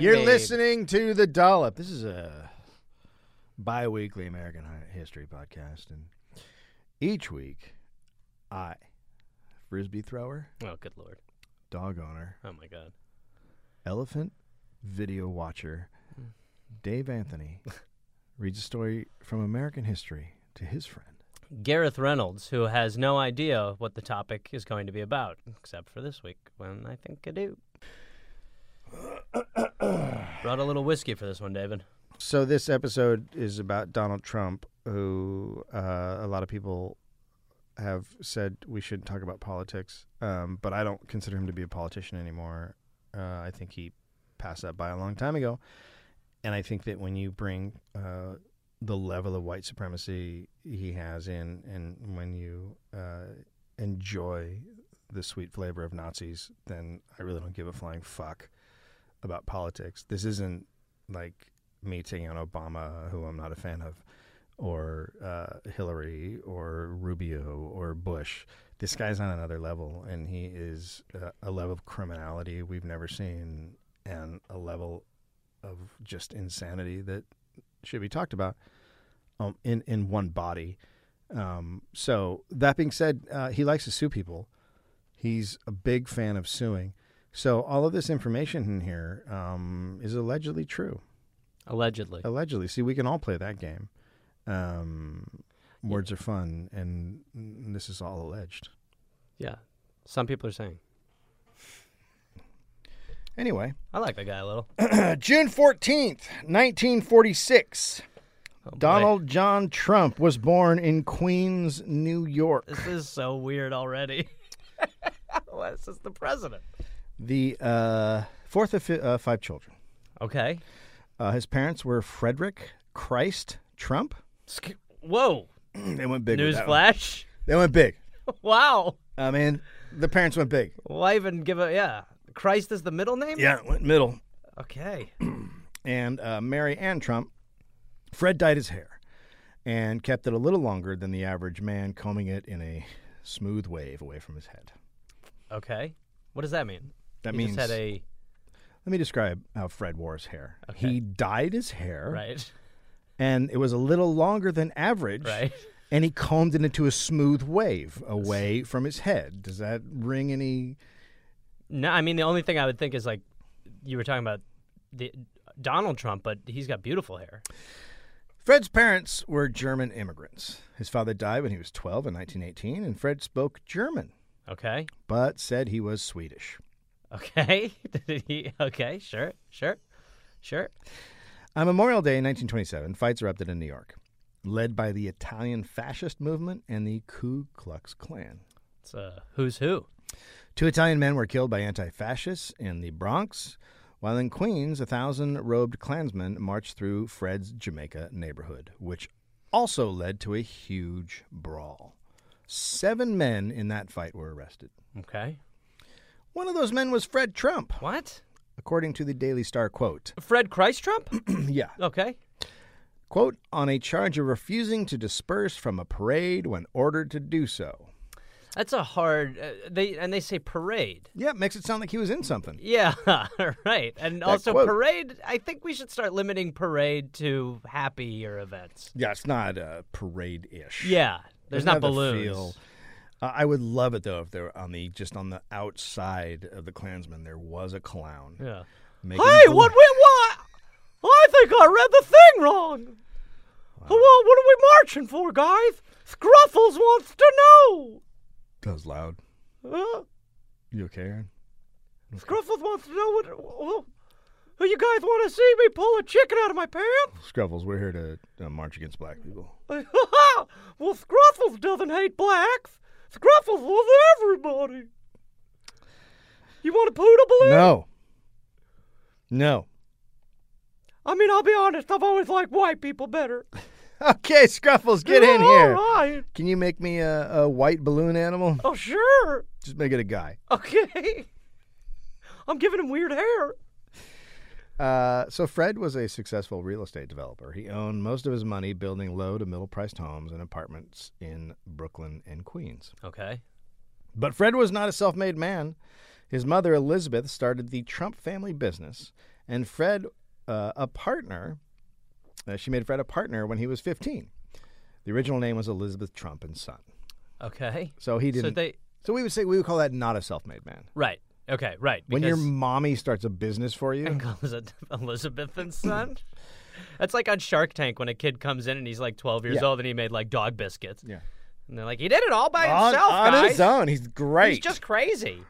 You're Gabe. listening to The Dollop. This is a bi weekly American hi- history podcast. And each week, I, frisbee thrower, Oh, good lord. dog owner, Oh my god. elephant video watcher, Dave Anthony, reads a story from American history to his friend. Gareth Reynolds, who has no idea what the topic is going to be about, except for this week when I think I do. Brought a little whiskey for this one, David. So this episode is about Donald Trump, who uh, a lot of people have said we shouldn't talk about politics. Um, but I don't consider him to be a politician anymore. Uh, I think he passed that by a long time ago. And I think that when you bring uh, the level of white supremacy he has in, and when you uh, enjoy the sweet flavor of Nazis, then I really don't give a flying fuck about politics. This isn't like me taking on Obama, who I'm not a fan of, or uh, Hillary, or Rubio, or Bush. This guy's on another level, and he is uh, a level of criminality we've never seen, and a level of just insanity that should be talked about um, in in one body. Um, so that being said, uh, he likes to sue people. He's a big fan of suing. So all of this information in here um, is allegedly true. Allegedly. Allegedly, see, we can all play that game. Um, words are fun, and n- this is all alleged. Yeah. Some people are saying. Anyway, I like that guy a little. June fourteenth, nineteen forty-six. Oh, boy. Donald John Trump was born in Queens, New York. This is so weird already. Why is this the president? The uh, fourth of fi- uh, five children. Okay. Uh, his parents were Frederick Christ Trump. Sk- Whoa. They went big. with that one. Newsflash. They went big. Wow. I mean, Uh, the parents went big. Why even give a. Yeah. Christ is the middle name? Yeah, went middle. Okay. and uh, Mary Ann Trump, Fred dyed his hair and kept it a little longer than the average man, combing it in a smooth wave away from his head. Okay. What does that mean? That He means. just had a. let me describe how Fred wore his hair. He dyed his hair, Right. and it was a little longer than average. Right. And he combed it into a smooth wave away from his head. Does that ring any? No, I mean the only thing I would think is like you were talking about the Donald Trump, but he's got beautiful hair. Fred's parents were German immigrants. His father died when he was 12 in 1918, and Fred spoke German, Okay. but said he was Swedish. Okay. Did he? Okay. Sure. Sure. Sure. On Memorial Day in 1927, fights erupted in New York, led by the Italian fascist movement and the Ku Klux Klan. It's a who's who. Two Italian men were killed by anti fascists in the Bronx, while in Queens, a thousand robed Klansmen marched through Fred's Jamaica neighborhood, which also led to a huge brawl. Seven men in that fight were arrested. Okay. One of those men was Fred Trump, What? according to the Daily Star quote. Fred Christ Trump? yeah, Okay. quote, on a charge of refusing to disperse from a parade when ordered to do so. That's a hard. Uh, they and they say parade. Yeah, makes it sound like he was in something. Yeah. Right. And also quote. parade. I think we should start limiting parade to happier events. Yeah, it's not uh, parade ish. Yeah. There's not balloons. Uh, I would love it though if there were on the just on the outside of the Klansman there was a clown. Yeah. making Hey, bal- what we what? I think I read the thing wrong. Well, what are we marching for, guys? Scruffles wants to know. That was loud. Huh? You okay, Aaron? Scruffles wants to know what. wh- who you guys want to see me pull a chicken out of my pants? Scruffles, we're here to uh, march against black people. well, Scruffles doesn't hate blacks. Scruffles loves everybody. You want a poodle balloon? No. No. I mean, I'll be honest. I've always liked white people better. Okay, Scruffles, get in Yeah, here. All right. Can you make me a, a white balloon animal? Oh, sure. Just make it a guy. Okay. I'm giving him weird hair. Uh, so Fred was a successful real estate developer. He owned most of his money building low to middle priced homes and apartments in Brooklyn and Queens. Okay. But Fred was not a self made man. His mother Elizabeth started the Trump family business and Fred uh, a partner. Uh, she made Fred a partner when he was 15. The original name was Elizabeth Trump and Son. Okay. So he So didn't. they so we would say we would call that not a self-made man. right. Okay. Right. When your because- mommy starts a business for you, and calls it Elizabeth and Son. That's like on Shark Tank when a kid comes in and he's like 12 years Yeah. old and he made like dog biscuits. Yeah. And they're like, he did it all by on, himself, on guys. his own, he's great. He's just crazy.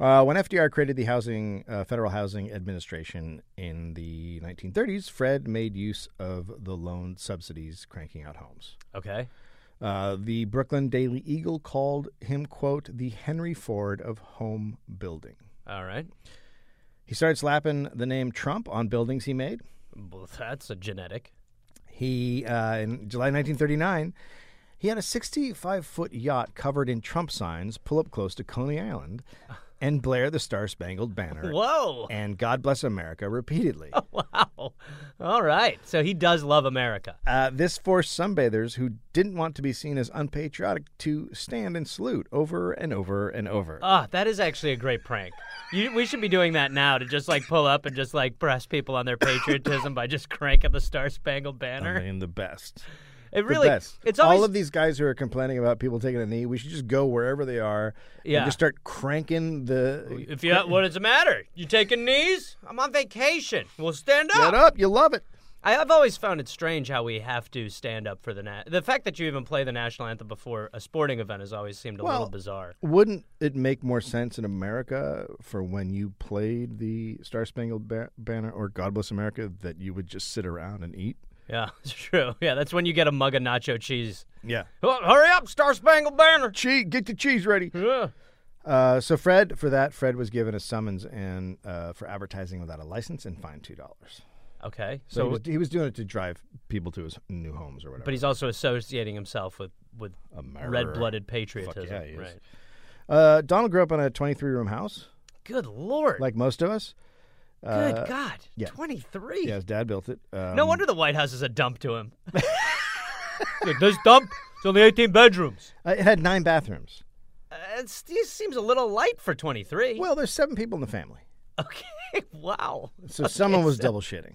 Uh, when FDR created the housing, uh, Federal Housing Administration in the 1930s, Fred made use of the loan subsidies cranking out homes. Okay. Uh, the Brooklyn Daily Eagle called him, quote, the Henry Ford of home building. All right. He started slapping the name Trump on buildings he made. Well, that's a genetic. He, uh, in July 1939, he had a 65 foot yacht covered in Trump signs pull up close to Coney Island and blare the Star Spangled Banner Whoa. and God Bless America repeatedly. Wow. All right. So he does love America. Uh, this forced sunbathers who didn't want to be seen as unpatriotic to stand and salute over and over and over. Ah, that is actually a great prank. You, we should be doing that now to just like pull up and just like press people on their patriotism by just cranking the Star Spangled Banner. I mean, the best. it The really, best. it's always All of these guys who are complaining about people taking a knee, we should just go wherever they are Yeah. and just start cranking the. If you, what does it matter? You taking knees? I'm on vacation. Well, stand Get up. up. You love it. I, I've always found it strange how we have to stand up for the na- the fact that you even play the national anthem before a sporting event has always seemed a little Well, bizarre. Wouldn't it make more sense in America for when you played the Star Spangled ba- Banner or God Bless America that you would just sit around and eat? Yeah, it's true. Yeah, that's when you get a mug of nacho cheese. Yeah. Oh, hurry up, Star Spangled Banner. Cheese, get your cheese ready. Yeah. Uh, so Fred, for that, Fred was given a summons and uh, for advertising without a license and fined two dollars. Okay, So he so was, he was doing it to drive people to his new homes or whatever. but he's also associating himself with with A murderer. red-blooded patriotism. yeah, he is. right. Uh, Donald grew up in a 23 room house, Good lord. like most of us. Good God. yeah. Twenty three. Yeah, his dad built it. Um, No wonder the White House is a dump to him. Look, this dump, it's only 18 bedrooms. uh, it had nine bathrooms. Uh, it's, this seems a little light for 23. Well, there's seven people in the family, Okay, wow. so someone was double shitting.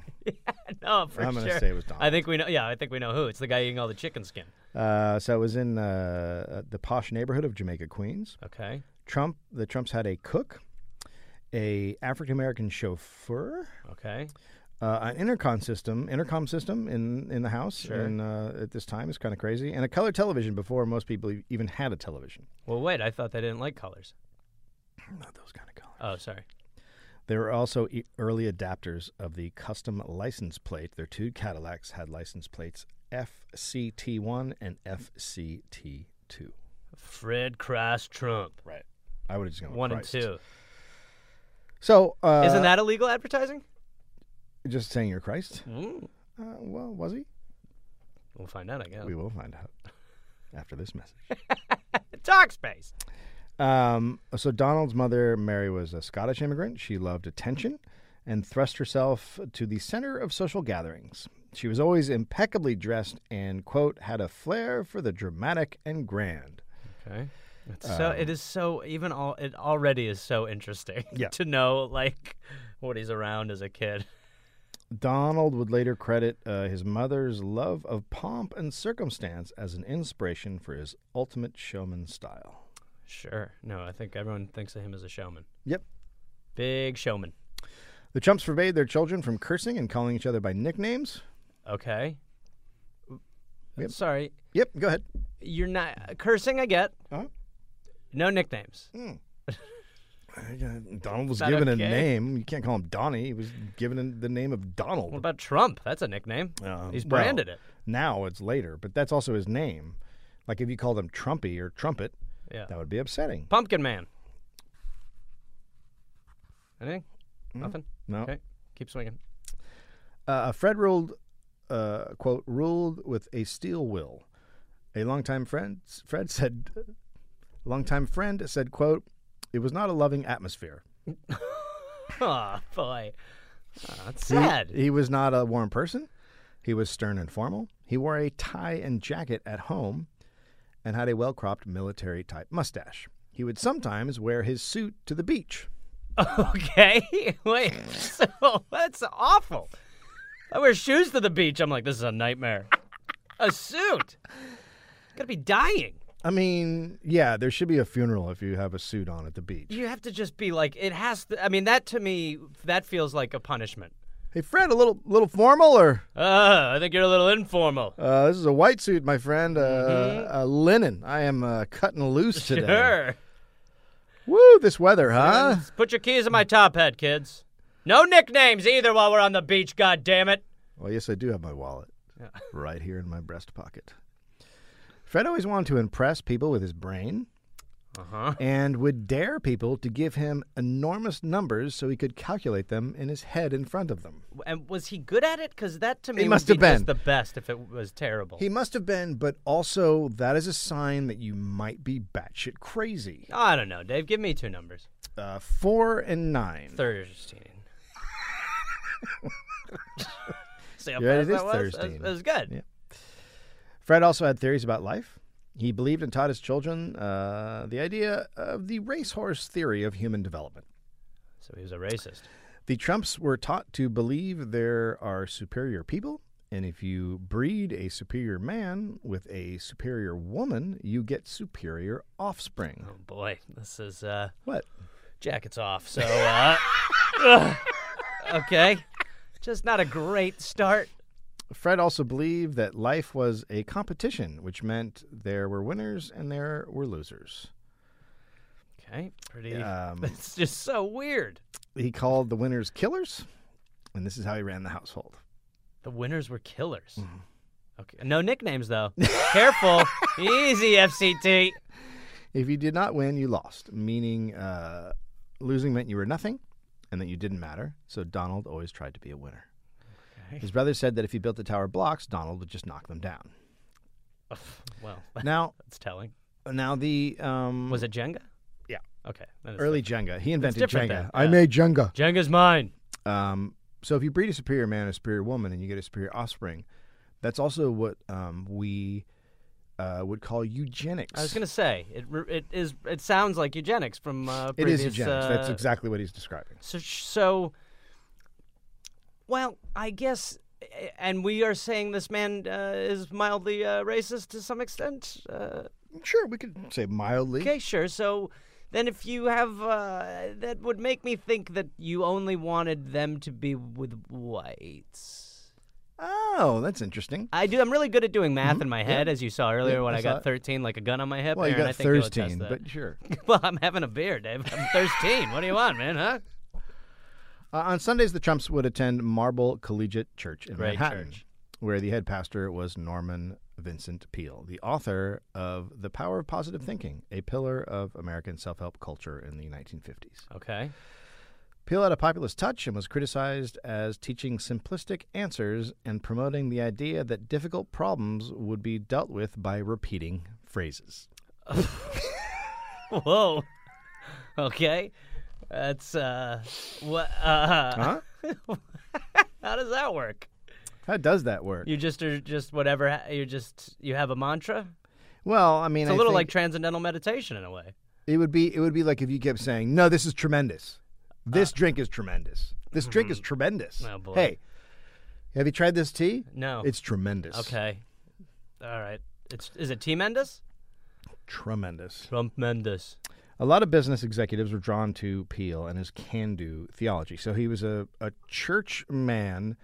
No, for I'm gonna sure. say it was Donald. I think we know, yeah, I think we know who. It's the guy eating all the chicken skin. Uh, so it was in uh, the posh neighborhood of Jamaica, Queens. Okay. Trump, the Trumps had a cook, a African American chauffeur. Okay. uh, an intercom system, intercom system in in the house, and uh, at this time is kind of crazy, and a color television before most people e- even had a television. Well, wait, I thought they didn't like colors. Not those kind of colors. Oh, sorry. There were also e- early adapters of the custom license plate. Their two Cadillacs had license plates FCT1 and FCT2. Fred Crash Trump. Right. I would have just gone with One Christ. and two. So uh, Isn't that illegal advertising? just saying you're Christ? Mm. Uh, well, was he? We'll find out, I guess. We will find out after this message. Talk space. Um, so Donald's mother, Mary, was a Scottish immigrant. She loved attention and thrust herself to the center of social gatherings. She was always impeccably dressed and, quote, had a flair for the dramatic and grand. Okay. um, so it is so even all it already is so interesting Yeah. to know like what he's around as a kid. Donald would later credit uh, his mother's love of pomp and circumstance as an inspiration for his ultimate showman style. Sure. No, I think everyone thinks of him as a showman. Yep. Big showman. The chumps forbade their children from cursing and calling each other by nicknames. Okay. Yep. Sorry. Yep, go ahead. You're not cursing I get. Uh-huh. No nicknames. Donald was that given okay? a name. You can't call him Donnie. He was given an- the name of Donald. What about Trump? That's a nickname. Um, he's well, branded Now it's later, but that's also his name. Like if you called him Trumpy or Trumpet, it. Yeah. that would be upsetting. Pumpkin man. Anything? Nothing. No. Okay. Keep swinging. Uh, Fred ruled, uh, quote, ruled with a steel will. A longtime friend, Fred said, longtime friend said, quote, it was not a loving atmosphere. Oh boy. Ah, Hmm? that's sad. He was not a warm person. He was stern and formal. He wore a tie and jacket at home and had a well cropped military type mustache. He would sometimes wear his suit to the beach. Okay. Wait. So that's awful. I wear shoes to the beach. I'm like, this is a nightmare. A suit. Gotta be dying. I mean, yeah, there should be a funeral if you have a suit on at the beach. You have to just be like, it has to. I mean, that to me, that feels like a punishment. Hey, Fred, a little little formal or Uh, I think you're a little informal. uh, this is a white suit, my friend. Uh, uh, linen. I am uh, cutting loose today. Mm-hmm. Sure. Woo, this weather, huh? Put your keys in my top hat, kids. No nicknames either while we're on the beach, God damn it. Well, yes, I do have my wallet right here in my breast pocket. Fred always wanted to impress people with his brain Uh-huh. and would dare people to give him enormous numbers so he could calculate them in his head in front of them. And was he good at it? Because that to me must would have be just been. the best if it was terrible. He must have been, but also that is a sign that you might be batshit crazy. I don't know, Dave. Give me two numbers. Uh, four and nine. Thursteen. See how Yeah, it fast that is was? Thursteen. That was good. Yeah. Fred also had theories about life. He believed and taught his children uh, the idea of the racehorse theory of human development. So he was a racist. The Trumps were taught to believe there are superior people, and if you breed a superior man with a superior woman, you get superior offspring. Oh boy, this is uh, What? jackets off. So, uh, ugh. okay, just not a great start. Fred also believed that life was a competition, which meant there were winners and there were losers. Okay, pretty. Um, it's just so weird. He called the winners killers, and this is how he ran the household. The winners were killers. Mm-hmm. Okay, no nicknames though. Careful, easy, FCT. If you did not win, you lost, meaning uh, losing meant you were nothing and that you didn't matter. So Donald always tried to be a winner. Okay. His brother said that if he built the tower blocks, Donald would just knock them down. Ugh, Well, Now, that's telling. now the um, Was it Jenga? Yeah. Okay. that is early Jenga. He invented Jenga. different then, I yeah. made Jenga. different. Jenga's mine. Um, so if you breed a superior man, and a superior woman, and you get a superior offspring, that's also what um, we uh, would call eugenics. I was gonna say it. re- It is. It sounds like eugenics from uh, it is previous, eugenics. uh, that's exactly what he's describing. So, so, well, I guess, and we are saying this man uh, is mildly uh, racist to some extent. Uh, Sure, we could say mildly. okay, sure. So, then if you have, uh, that would make me think that you only wanted them to be with whites. Oh, that's interesting. I do. I'm really good at doing math in my head, as you saw earlier Mm-hmm. Yeah, when I I saw got it. 13 like a gun on my hip. Well, you Aaron, got I think you'll attest thirsteen, that. but sure. well, I'm having a beer, Dave. I'm 13. what do you want, man? Huh? Uh, on Sundays, the Trumps would attend Marble Collegiate Church in Great Manhattan, church. where the head pastor was Norman Vincent Peale, the author of The Power of Positive Thinking, a pillar of American self help culture in the 1950s. Okay. Peale had a populist touch and was criticized as teaching simplistic answers and promoting the idea that difficult problems would be dealt with by repeating phrases. Whoa. Okay. That's uh what uh Huh? how does that work? How does that work? You just are just whatever ha- you just you have a mantra? Well, I mean, It's a I little like think transcendental meditation in a way. It would be it would be like if you kept saying, "No, this is tremendous. This drink is tremendous. This drink is tremendous." Uh. Oh, boy. Hey, have you tried this tea? No. It's tremendous. okay. All right. It's is it T Mendes? Tremendous. Trump Mendes. A lot of business executives were drawn to Peel and his can-do theology. So he was a, a church man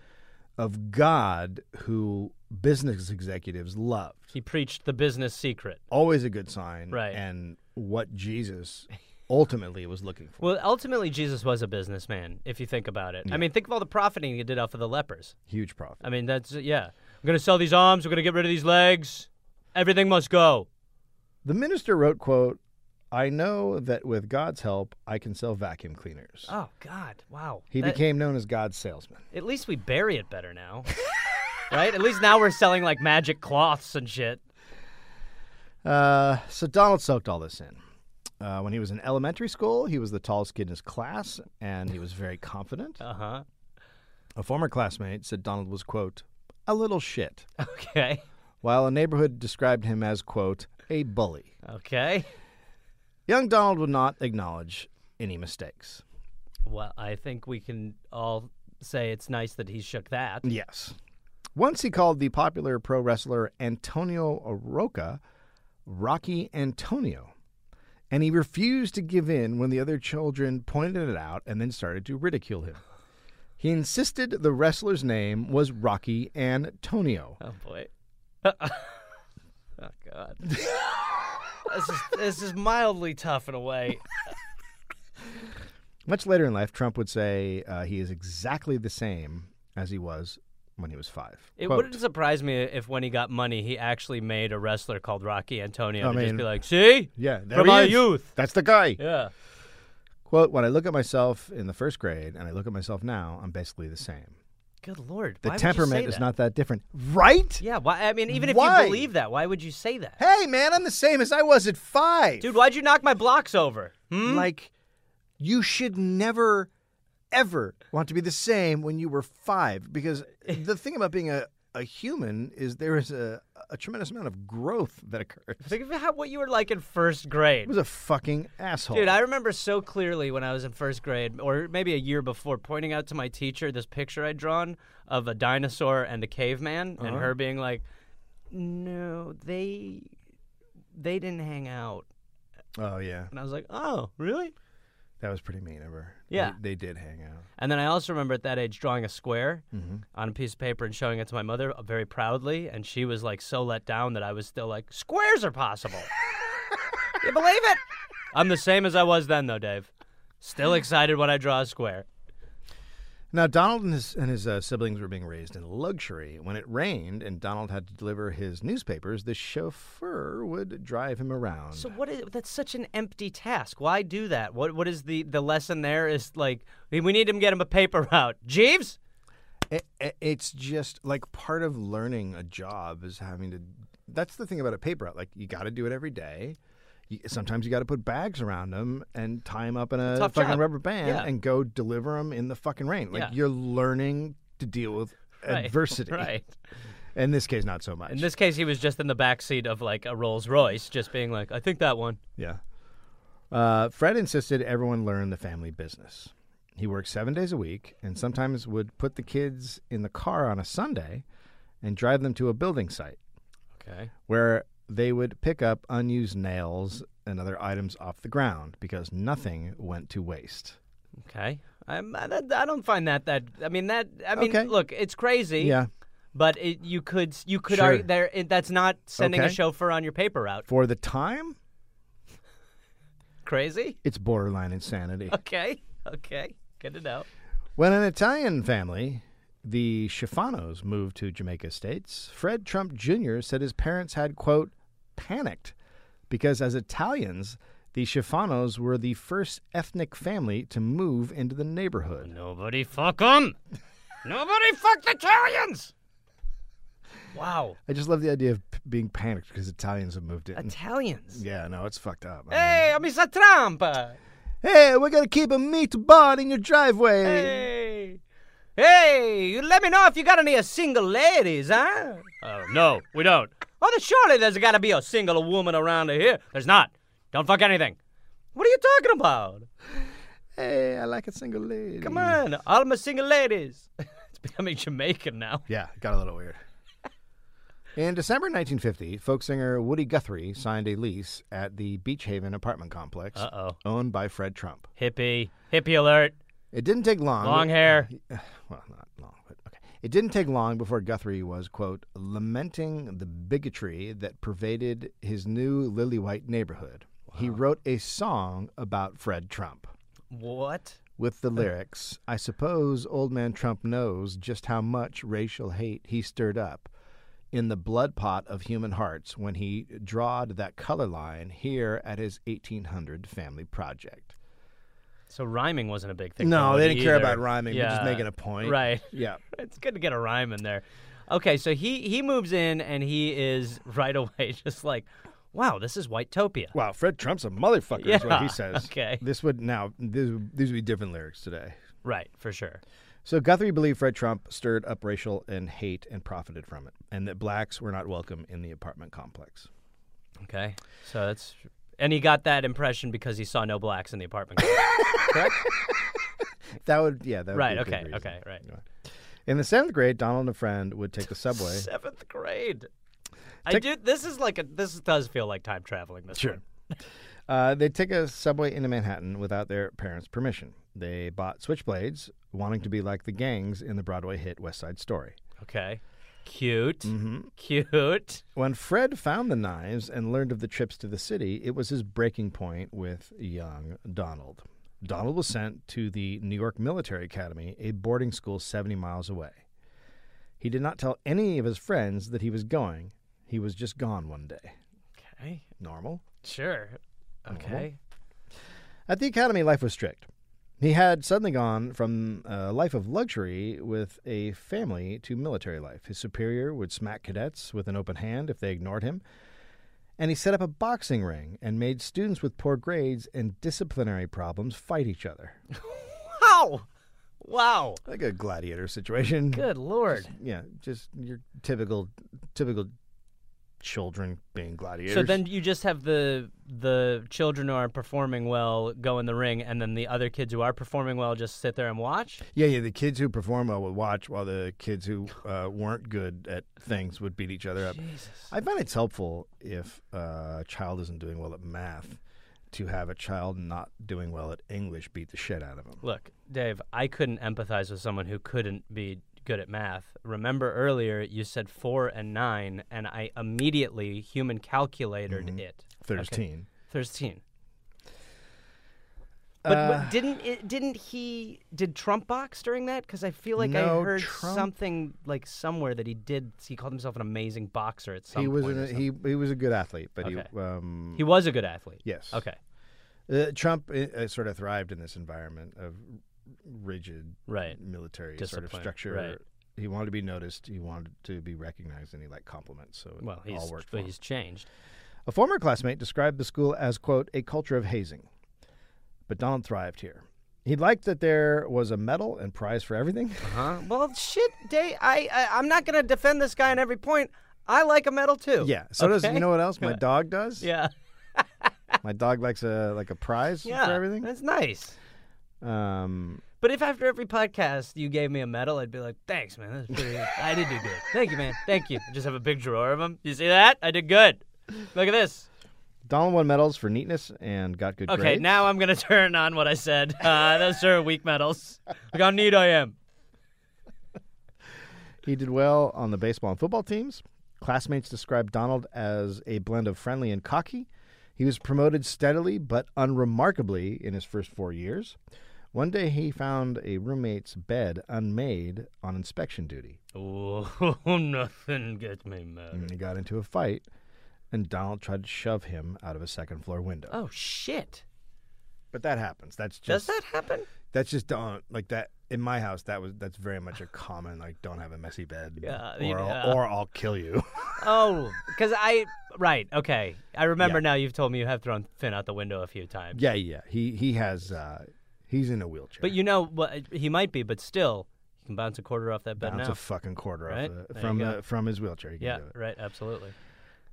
of God who business executives loved. He preached the business secret. Always a good sign. Right. And what Jesus ultimately was looking for. Well, ultimately Jesus was a businessman if you think about it. I mean, think of all the profiting he did off of the lepers. Huge profit. I mean, that's yeah. I'm going to sell these arms, we're going to get rid of these legs. Everything must go. The minister wrote, quote, I know that with God's help, I can sell vacuum cleaners. Oh God! Wow. he That- became known as God's salesman. At least we bury it better now, right? At least now we're selling like magic cloths and shit. Uh, so Donald soaked all this in. Uh, when he was in elementary school, he was the tallest kid in his class, and he was very confident. Uh huh. A former classmate said Donald was, quote, a little shit, Okay. while a neighborhood described him as, quote, a bully. Okay. Young Donald would not acknowledge any mistakes. Well, I think we can all say it's nice that he shook that. Yes. Once he called the popular pro wrestler Antonio Roca Rocky Antonio, and he refused to give in when the other children pointed it out and then started to ridicule him. He insisted the wrestler's name was Rocky Antonio. Oh boy. oh god. this is this is mildly tough in a way. Much later in life, Trump would say uh, he is exactly the same as he was when he was five. It Quote, wouldn't surprise me if when he got money, he actually made a wrestler called Rocky Antonio I to just mean- be like, "See, yeah, there from he my is. youth." That's the guy. Yeah. Quote, when I look at myself in the first grade and I look at myself now, I'm basically the same. Good lord. The why would you say temperament is that? not that different. Right? Yeah. Why? I mean, even if Why? you believe that, why would you say that, Hey, man, I'm the same as I was at five. dude? Why'd you knock my blocks over? Hmm? Like, you should never, ever want to be the same when you were five because the thing about being a, a human is there is a, a tremendous amount of growth that occurs. It Think of how what you were like in first grade. was a fucking asshole. Dude, I remember so clearly when I was in first grade, or maybe a year before, pointing out to my teacher this picture I'd drawn of a dinosaur and a caveman, Uh-huh. and her being like, "No, they, they didn't hang out." oh, yeah. And I was like, "Oh, really?" That was pretty mean of her. Yeah. They, they did hang out. And then I also remember at that age drawing a square on a piece of paper and showing it to my mother very proudly, and she was like so let down that I was still like, "Squares are possible." you believe it? I'm the same as I was then, though, Dave. Still excited when I draw a square. Now, Donald and his, and his uh, siblings were being raised in luxury. When it rained and Donald had to deliver his newspapers, the chauffeur would drive him around. So what is that's such an empty task. Why do that? What what is the the lesson there is like we need him get him a paper route. Jeeves? It, it- it's just like part of learning a job is having to. That's the thing about a paper route. Like you got to do it every day. You, sometimes you got to put bags around them and tie them up in a Tough fucking job. rubber band Yeah. and go deliver them in the fucking rain. Like Yeah. you're learning to deal with Right, adversity. Right. In this case, not so much. In this case he was just in the back seat of like a Rolls Royce, just being like, I think that one. Yeah. Uh, Fred insisted everyone learn the family business. He worked seven days a week and sometimes would put the kids in the car on a Sunday and drive them to a building site Okay. where they would pick up unused nails and other items off the ground because nothing went to waste. Okay. I'm, I, don't- I don't find that that I mean that I mean Okay. look it's crazy Yeah. but it, you could you could Sure. argue there it, that's not sending a Okay. chauffeur on your paper route For the time, crazy it's borderline insanity. okay okay good to know When an Italian family, the Schifanos, moved to Jamaica States, Fred Trump Jr. said his parents had, quote, panicked because as Italians, the Schifanos were the first ethnic family to move into the neighborhood. Nobody fuck them. Nobody fucked Italians. Wow, I just love the idea of p- being panicked because Italians have moved in. Italians. yeah, no, it's fucked up. I mean, Hey, I'm Mr. Trump. hey, we're going to keep a meat bun in your driveway. Hey, hey, you let me know if you got any uh, single ladies, huh? Oh no, we don't. Oh, then surely there's got to be a single woman around here. There's not. Don't fuck anything. What are you talking about? Hey, I like a single lady. Come on, all my single ladies. it's becoming Jamaican now. Yeah, it got a little weird. In December 1950, folk singer Woody Guthrie signed a lease at the Beach Haven apartment complex oh, owned by Fred Trump. hippie, hippie alert. It didn't take long. Long hair. Well, not long, but okay. It didn't take long before Guthrie was, quote, lamenting the bigotry that pervaded his new lily white neighborhood. He wrote a song about Fred Trump What? with the lyrics I suppose old man Trump knows just how much racial hate he stirred up in the blood pot of human hearts when he drawed that color line here at his 1800 family project. So rhyming wasn't a big thing. No, for they Woody didn't care either. about rhyming, they're just making a point. Right. Yeah. It's good to get a rhyme in there. Okay, so he he moves in and he is right away just like, wow, this is Whitetopia. Wow, Fred Trump's a motherfucker is what Yeah, he says. okay. This would now this, these would be different lyrics today. Right, for sure. So Guthrie believed Fred Trump stirred up racial and hate and profited from it and that blacks were not welcome in the apartment complex. Okay, so that's And he got that impression because he saw no blacks in the apartment. complex. Correct? that would, yeah, that would right. be a big Okay. reason. Okay. Right. In the seventh grade, Donald and a friend would take the subway. Seventh grade. I do. This is like a. This does feel like time traveling. This one. Uh, they'd take a subway into Manhattan without their parents' permission. They bought switchblades, wanting to be like the gangs in the Broadway hit West Side Story. Okay. Cute. Cute. When Fred found the knives and learned of the trips to the city, it was his breaking point with young Donald. Donald was sent to the New York Military Academy, a boarding school 70 miles away. He did not tell any of his friends that he was going. He was just gone one day. Okay. Normal. Sure. Okay. At the academy, life was strict. He had suddenly gone from a life of luxury with a family to military life. His superior would smack cadets with an open hand if they ignored him. And he set up a boxing ring and made students with poor grades and disciplinary problems fight each other. Wow. Wow. Like a gladiator situation. Good lord. Yeah, just your typical typical children being gladiators. So then you just have the the children who aren't performing well go in the ring, and then the other kids who are performing well just sit there and watch. Yeah, yeah. The kids who perform well would watch, while the kids who uh, weren't good at things would beat each other up. I find it's helpful if uh, a child isn't doing well at math to have a child not doing well at English beat the shit out of him. Look, Dave, I couldn't empathize with someone who couldn't be good at math. Remember earlier you said four and nine, and I immediately human calculated Mm-hmm. it. 13. Thirteen. But, Uh. but didn't it, didn't he did Trump box during that? Because I feel like No, I heard Trump- something like somewhere that he did. He called himself an amazing boxer at some He was point. or an, something. he he was a good athlete, but he Okay. um He was a good athlete. yes. Okay. Uh, Trump uh, uh, sort of thrived in this environment of rigid Right. military sort of Discipline, structure. right. He wanted to be noticed. He wanted to be recognized, and he liked compliments. So it Well, he's all worked. for but him. he's changed. A former classmate described the school as, quote, a culture of hazing. But Donald thrived here. He liked that there was a medal and prize for everything. Huh? Uh, Well, shit, Dave. I, I I'm not gonna defend this guy on every point. I like a medal too. yeah. So does Okay? you know what else my dog does? Yeah. My dog likes a like a prize Yeah. for everything. That's nice. Um But if after every podcast you gave me a medal, I'd be like, "Thanks, man. That's pretty. I did do good. Thank you, man. Thank you." Just have a big drawer of them. You see that? I did good. Look at this. Donald won medals for neatness and got good Okay, grades. now I'm gonna turn on what I said. Uh, those are weak medals. Look how neat I am. He did well on the baseball and football teams. Classmates described Donald as a blend of friendly and cocky. He was promoted steadily but unremarkably in his first four years. One day he found a roommate's bed unmade on inspection duty. Oh, nothing gets me mad. And he got into a fight, and Donald tried to shove him out of a second floor window. Oh shit! But that happens. That's Does just that happen? that's just don't like that in my house. That was that's very much a common like don't have a messy bed. Yeah, or, yeah. I'll, or I'll kill you. Oh, because I right. Okay, I remember now. You've told me you have thrown Finn out the window a few times. yeah, yeah. He he has uh, he's in a wheelchair. But you know what? He might be, but still, you can bounce a quarter off that bed bounce now. a fucking quarter Right? off There the, you from go. the, from his wheelchair. He can yeah, do it. right. Absolutely.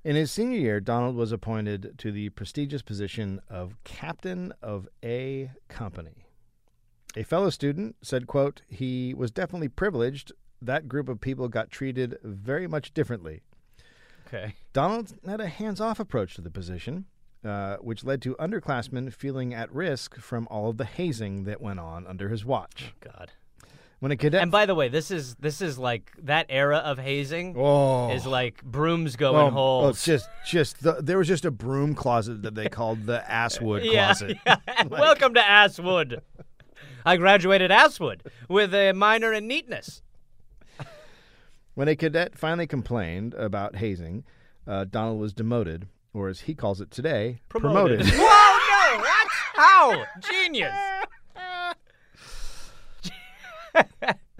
In his senior year, Donald was appointed to the prestigious position of captain of A company. A fellow student said, "quote He was definitely privileged. That group of people got treated very much differently." Okay. Donald had a hands-off approach to the position. Uh, which led to underclassmen feeling at risk from all of the hazing that went on under his watch. God. When a cadet, And by the way, this is this is like that era of hazing oh, is like brooms going Oh, holes. oh, it's just, just the, there was just a broom closet that they called the asswood yeah, closet. yeah. Welcome to Asswood. I graduated Asswood with a minor in neatness. When a cadet finally complained about hazing, uh, Donald was demoted, or as he calls it today, promoted. Whoa, no! What? How? Genius.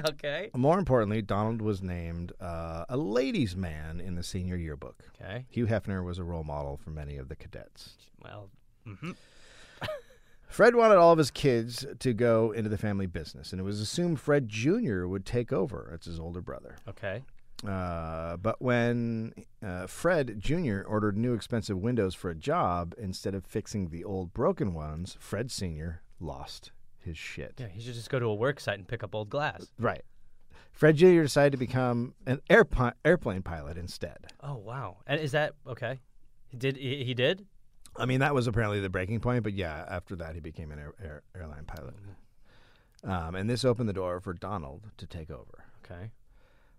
okay. More importantly, Donald was named uh, a ladies' man in the senior yearbook. Okay. Hugh Hefner was a role model for many of the cadets. Well, Fred wanted all of his kids to go into the family business, and it was assumed Fred Jr. would take over as his older brother. okay. Uh, but when uh, Fred Jr. ordered new expensive windows for a job instead of fixing the old broken ones, Fred Sr. lost his shit. Yeah, he should just go to a work site and pick up old glass. Right. Fred Jr. decided to become an airpo- airplane pilot instead. Oh wow, and is that okay? He did he, he did? I mean, that was apparently the breaking point, but yeah, after that, he became an air, air, airline pilot. Um, and this opened the door for Donald to take over. Okay.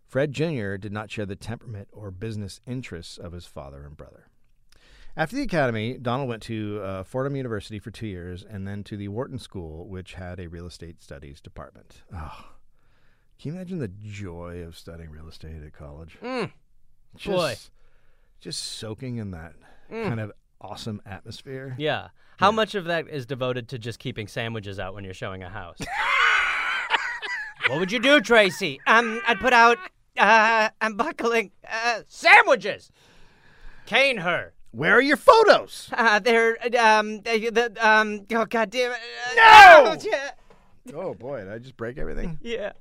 Fred Jr. did not share the temperament or business interests of his father and brother. After the academy, Donald went to uh, Fordham University for two years and then to the Wharton School, which had a real estate studies department. Oh, can you imagine the joy of studying real estate at college? Mm. Just, boy. Mm. just soaking in that kind of awesome atmosphere. Yeah. How much of that is devoted to just keeping sandwiches out when you're showing a house? what would you do, Tracy? Um, I'd put out uh, unbuckling uh, sandwiches. Cane her. Where are your photos? Uh, they're um, they, the um. Oh God damn it! No! Yeah. oh boy, did I just break everything? Yeah.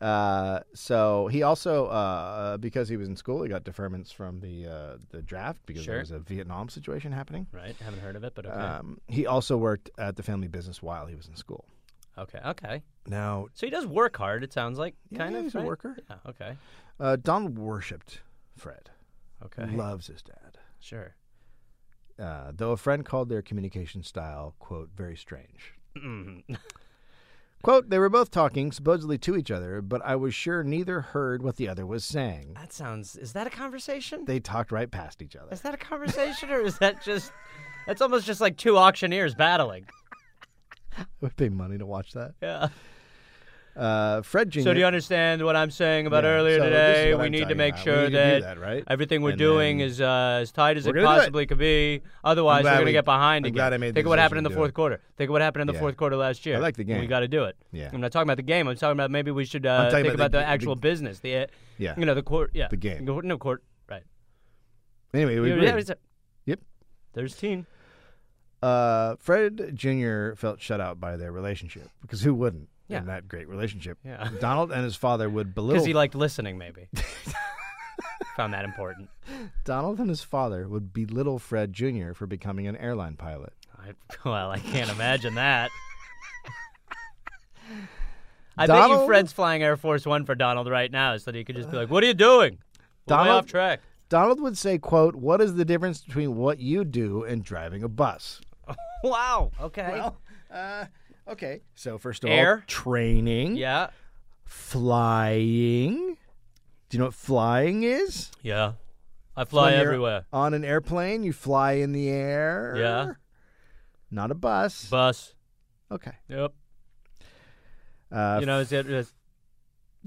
Uh, so he also, uh, because he was in school, he got deferments from the uh, the draft because Sure. there was a Vietnam situation happening. Right. Haven't heard of it, but okay. Um, he also worked at the family business while he was in school. okay. Okay. Now, So he does work hard. It sounds like yeah, kind of. he's right? a worker. Yeah. Okay. Uh, Donald worshipped Fred. Okay. Loves his dad. Sure. Uh, though a friend called their communication style "quote very strange." Mm. Quote, they were both talking, supposedly to each other, but I was sure neither heard what the other was saying. That sounds. Is that a conversation? They talked right past each other. Is that a conversation or is that just that's almost just like two auctioneers battling? I would pay money to watch that. Yeah. Uh, Fred Jr. So do you understand what I'm saying about Yeah, earlier so this is today? what We I'm need to talking make about. We sure need to that, do that, right? everything we're And doing then- is uh, as tight as We're it gonna do it. possibly could be. Otherwise, glad we're gonna we- get behind I'm again. glad I made the Think of what happened decision in the to do it. fourth quarter. Think of what happened in the Yeah. fourth quarter last year. I like the game. We got to do it. Yeah. I'm not talking about the game. I'm talking about maybe we should I'm uh, talking think about about, the- the, actual the- business. The uh, Yeah. you know the court. Yeah. The game. The court- No court. Right. Anyway, we Yeah, agreed. yeah, it's a- Yep. There's teen. Uh, Fred Jr. felt shut out by their relationship because who wouldn't Yeah. in that great relationship? Yeah. Donald and his father would belittle Because he liked listening, maybe. Found that important. Donald and his father would belittle Fred Jr. for becoming an airline pilot. I, well, I can't imagine that. I bet Donald? you Fred's flying Air Force One for Donald right now, so that he could just be like, "What are you doing? We're way Donald- off track." Donald would say, "quote What is the difference between what you do and driving a bus?" Wow. Okay. uh, okay. So first of all, Air. training, yeah. flying. Do you know what flying is? Yeah. I fly when you're everywhere. On an airplane, you fly in the air. Yeah. Not a bus. Bus. okay. Yep. Uh, you know, it's, it's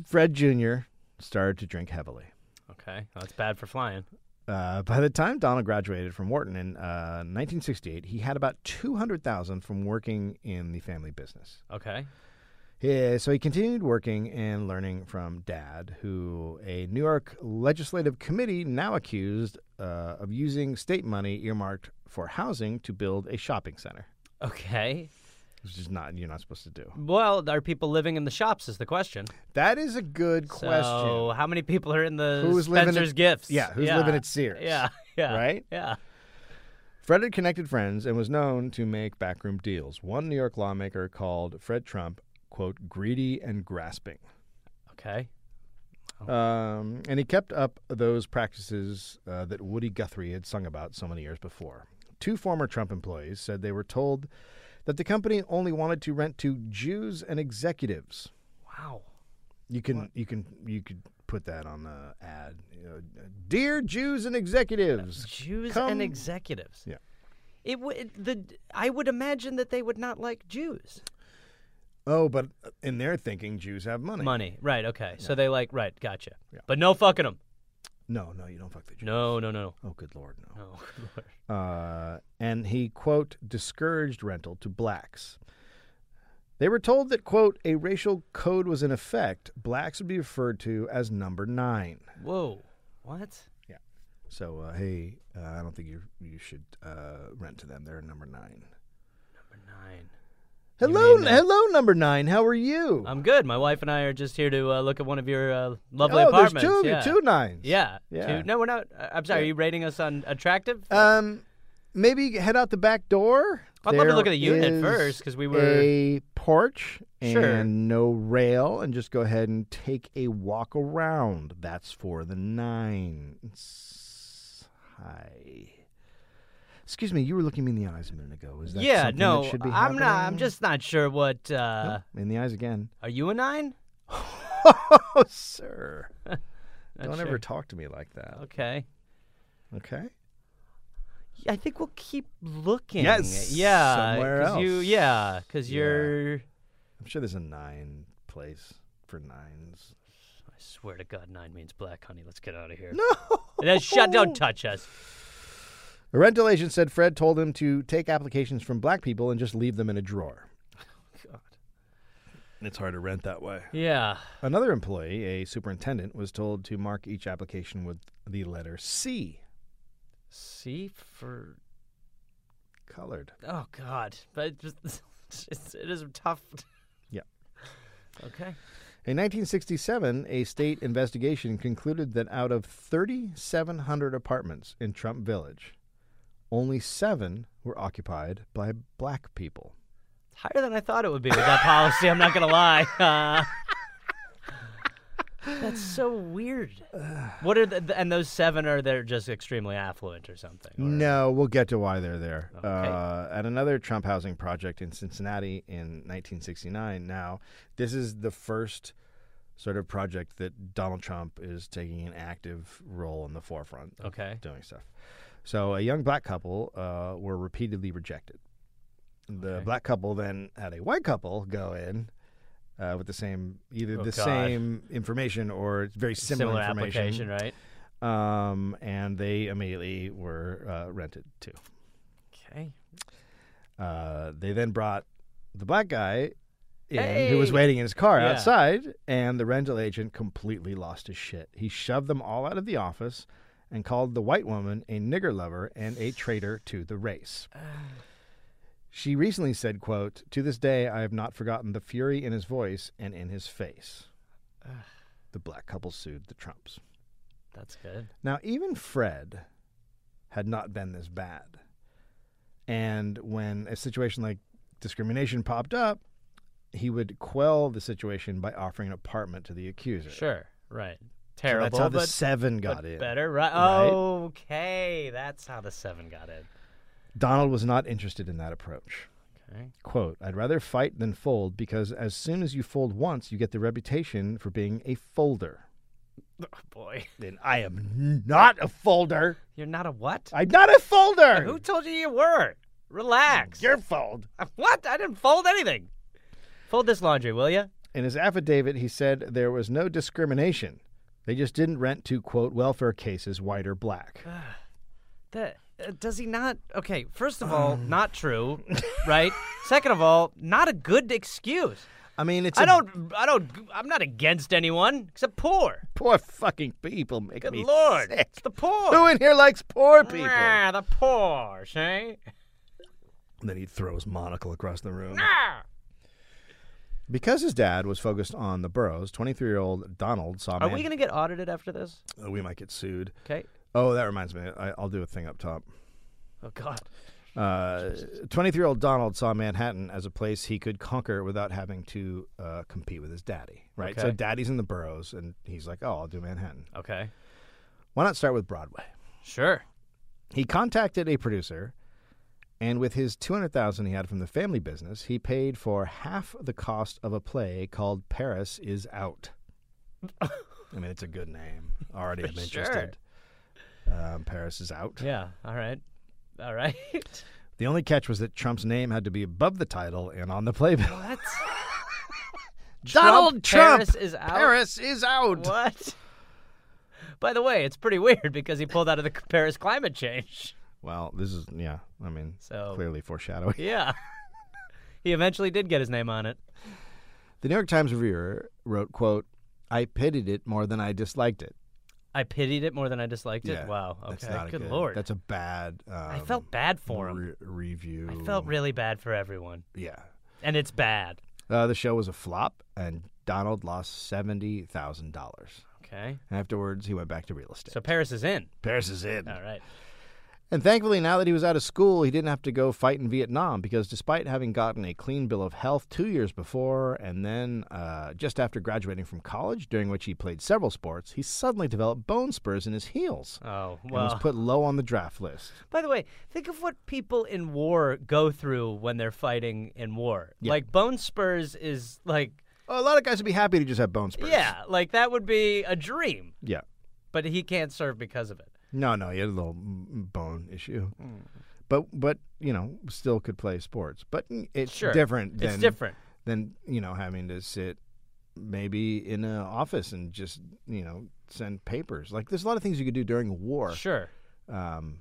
Fred Jr. started to drink heavily. okay. That's bad for flying. Uh, by the time Donald graduated from Wharton in uh, 1968, he had about 200,000 from working in the family business. Okay. Yeah, so he continued working and learning from dad, who a New York legislative committee now accused uh, of using state money earmarked for housing to build a shopping center, Okay. which is not you're not supposed to do. Well, are people living in the shops? Is the question. That is a good So, question. how many people are in the Who's living at- Spencer's Gifts? Yeah, who's living at Sears? Yeah. Yeah. Right? Yeah. Fred had connected friends and was known to make backroom deals. One New York lawmaker called Fred Trump, quote, greedy and grasping. Okay. Um, and he kept up those practices uh, that Woody Guthrie had sung about so many years before. Two former Trump employees said they were told that the company only wanted to rent to Jews and executives. Wow. You can you can you could put that on the ad. You know, Dear Jews and executives, Jews Come- and executives. Yeah. It would the I would imagine that they would not like Jews. Oh, but in their thinking, Jews have money. Money, right? Okay, so they like right. Gotcha. Yeah. But no fucking them. No, no, you don't fuck the Jews. No, no, no, Oh, good lord, no. no. Uh, and he, quote, discouraged rental to blacks. They were told that, quote, a racial code was in effect. Blacks would be referred to as number nine. Whoa. What? So, uh, hey, uh, I don't think you you should uh, rent to them. They're number nine. Number nine. Hello, mean, uh, hello, number nine. How are you? I'm good. My wife and I are just here to uh, look at one of your uh, lovely oh, there's apartments. two of you, yeah. two nines. Yeah. Yeah. Two- No, we're not. uh, I'm sorry. Are you rating us on attractive? Um, maybe head out the back door. I'd love to look There at a unit is first, 'cause we were- a porch Sure. and no rail, and just go ahead and take a walk around. That's for the nines. Hi. Excuse me, you were looking me in the eyes a minute ago. Is that yeah. something No, that should be I'm not. I'm happening? just not sure what. Uh, Nope, in the eyes again. Are you a nine? oh, sir. Not Don't sure. ever talk to me like that. Okay. Okay. Yeah, I think we'll keep looking. Yes, Yeah. somewhere 'cause You, else. yeah. Because Yeah. you're. I'm sure there's a nine place for nines. I swear to God, nine means black, honey. Let's get out of here. No. Then shut. Don't touch us. The rental agent said Fred told him to take applications from black people and just leave them in a drawer. God. It's hard to rent that way. Yeah. Another employee, a superintendent, was told to mark each application with the letter C, C for. colored. Oh God. But it just, it's, it is tough. Yeah. Okay. In 1967, a state investigation concluded that out of 3,700 apartments in Trump Village, only seven were occupied by black people. Higher than I thought it would be with that policy. I'm not gonna lie. Uh, that's so weird. What are the, th- and those seven are they're just extremely affluent or something? or- No, we'll get to why they're there. Okay. Uh, at another Trump housing project in Cincinnati in 1969. Now, this is the first sort of project that Donald Trump is taking an active role in the forefront of Okay. doing stuff. So, a young black couple uh, were repeatedly rejected. The black couple then had a white couple go in. Uh, with the same, either Oh, the God. same information or it's very similar, Similar information, application, right? um, and they immediately were uh, rented too. Okay. Uh, they then brought the black guy in who was Hey! waiting in his car Yeah. outside, and the rental agent completely lost his shit. He shoved them all out of the office and called the white woman a nigger lover and a traitor to the race. She recently said, quote, To this day, I have not forgotten the fury in his voice and in his face. The black couple sued the Trumps. That's good. Now, even Fred had not been this bad. And when a situation like discrimination popped up, he would quell the situation by offering an apartment to the accuser. Sure. Right. So Terrible. that's how the but, seven got but in. better. Right. right? Okay. That's how the seven got in. Donald was not interested in that approach. Okay. Quote, I'd rather fight than fold because as soon as you fold once, you get the reputation for being a folder. Oh, boy. Then I am not a folder. You're not a what? I'm not a folder. Who told you you were? Relax. Uh, Your fold. What? I didn't fold anything. Fold this laundry, will you? In his affidavit, he said there was no discrimination. They just didn't rent to, quote, welfare cases, white or black. That, uh, does he not? Okay, first of all, not true, right? Second of all, not a good excuse. I mean, it's I a- don't, I don't, I'm not against anyone except poor. poor fucking people make Good me lord, sick. it's the poor. Who in here likes poor people? Nah, the poor, see? And then he throws monocle across the room. Nah. Because his dad was focused on the boroughs, 23-year-old Donald saw. Are we gonna get audited after this? gonna? we might get sued. Okay. Oh, that reminds me. I, I'll do a thing up top. Oh God. 23 year old Uh, Donald saw Manhattan as a place he could conquer without having to uh, compete with his daddy, right? So, Okay. daddy's in the boroughs, and he's like, oh, I'll do Manhattan. Okay. Why not start with Broadway? Sure. He contacted a producer, and with his 200000 he had from the family business, he paid for half the cost of a play called Paris is Out. I mean, it's a good name. Already I'm interested. Um, Paris is Out. Yeah. All right. All right. The only catch was that Trump's name had to be above the title and on the playbill. what? Donald Trump. Paris is out. Paris is out. What? By the way, it's pretty weird because he pulled out of the Paris climate change. Well, this is yeah. I mean, So- clearly foreshadowing. Yeah. he eventually did get his name on it. The New York Times Reviewer wrote, "quote I pitied it more than I disliked it." I pitied it more than I disliked it. Yeah, wow. Okay. that's not a good, lord. That's a bad. Um, I felt bad for him. re- review. I felt really bad for everyone. yeah. and it's bad. Uh, the show was a flop, and Donald lost seventy thousand dollars. Okay, Afterwards, he went back to real estate. so Paris is in. Paris is in. All right. And thankfully, now that he was out of school, he didn't have to go fight in Vietnam because despite having gotten a clean bill of health two years before and then uh, just after graduating from college, during which he played several sports, he suddenly developed bone spurs in his heels Oh and was well. put low on the draft list. By the way, think of what people in war go through when they're fighting in war. Like bone spurs is like Oh, a lot of guys would be happy to just have bone spurs. yeah, like that would be a dream, Yeah. but he can't serve because of it. No, no, he had a little m- bone issue. Mm. But, but you know, still could play sports. But mm, it's Sure. different than it's different. than you know having to sit maybe in an office and just you know send papers. Like there's a lot of things you could do during war. Sure. Um,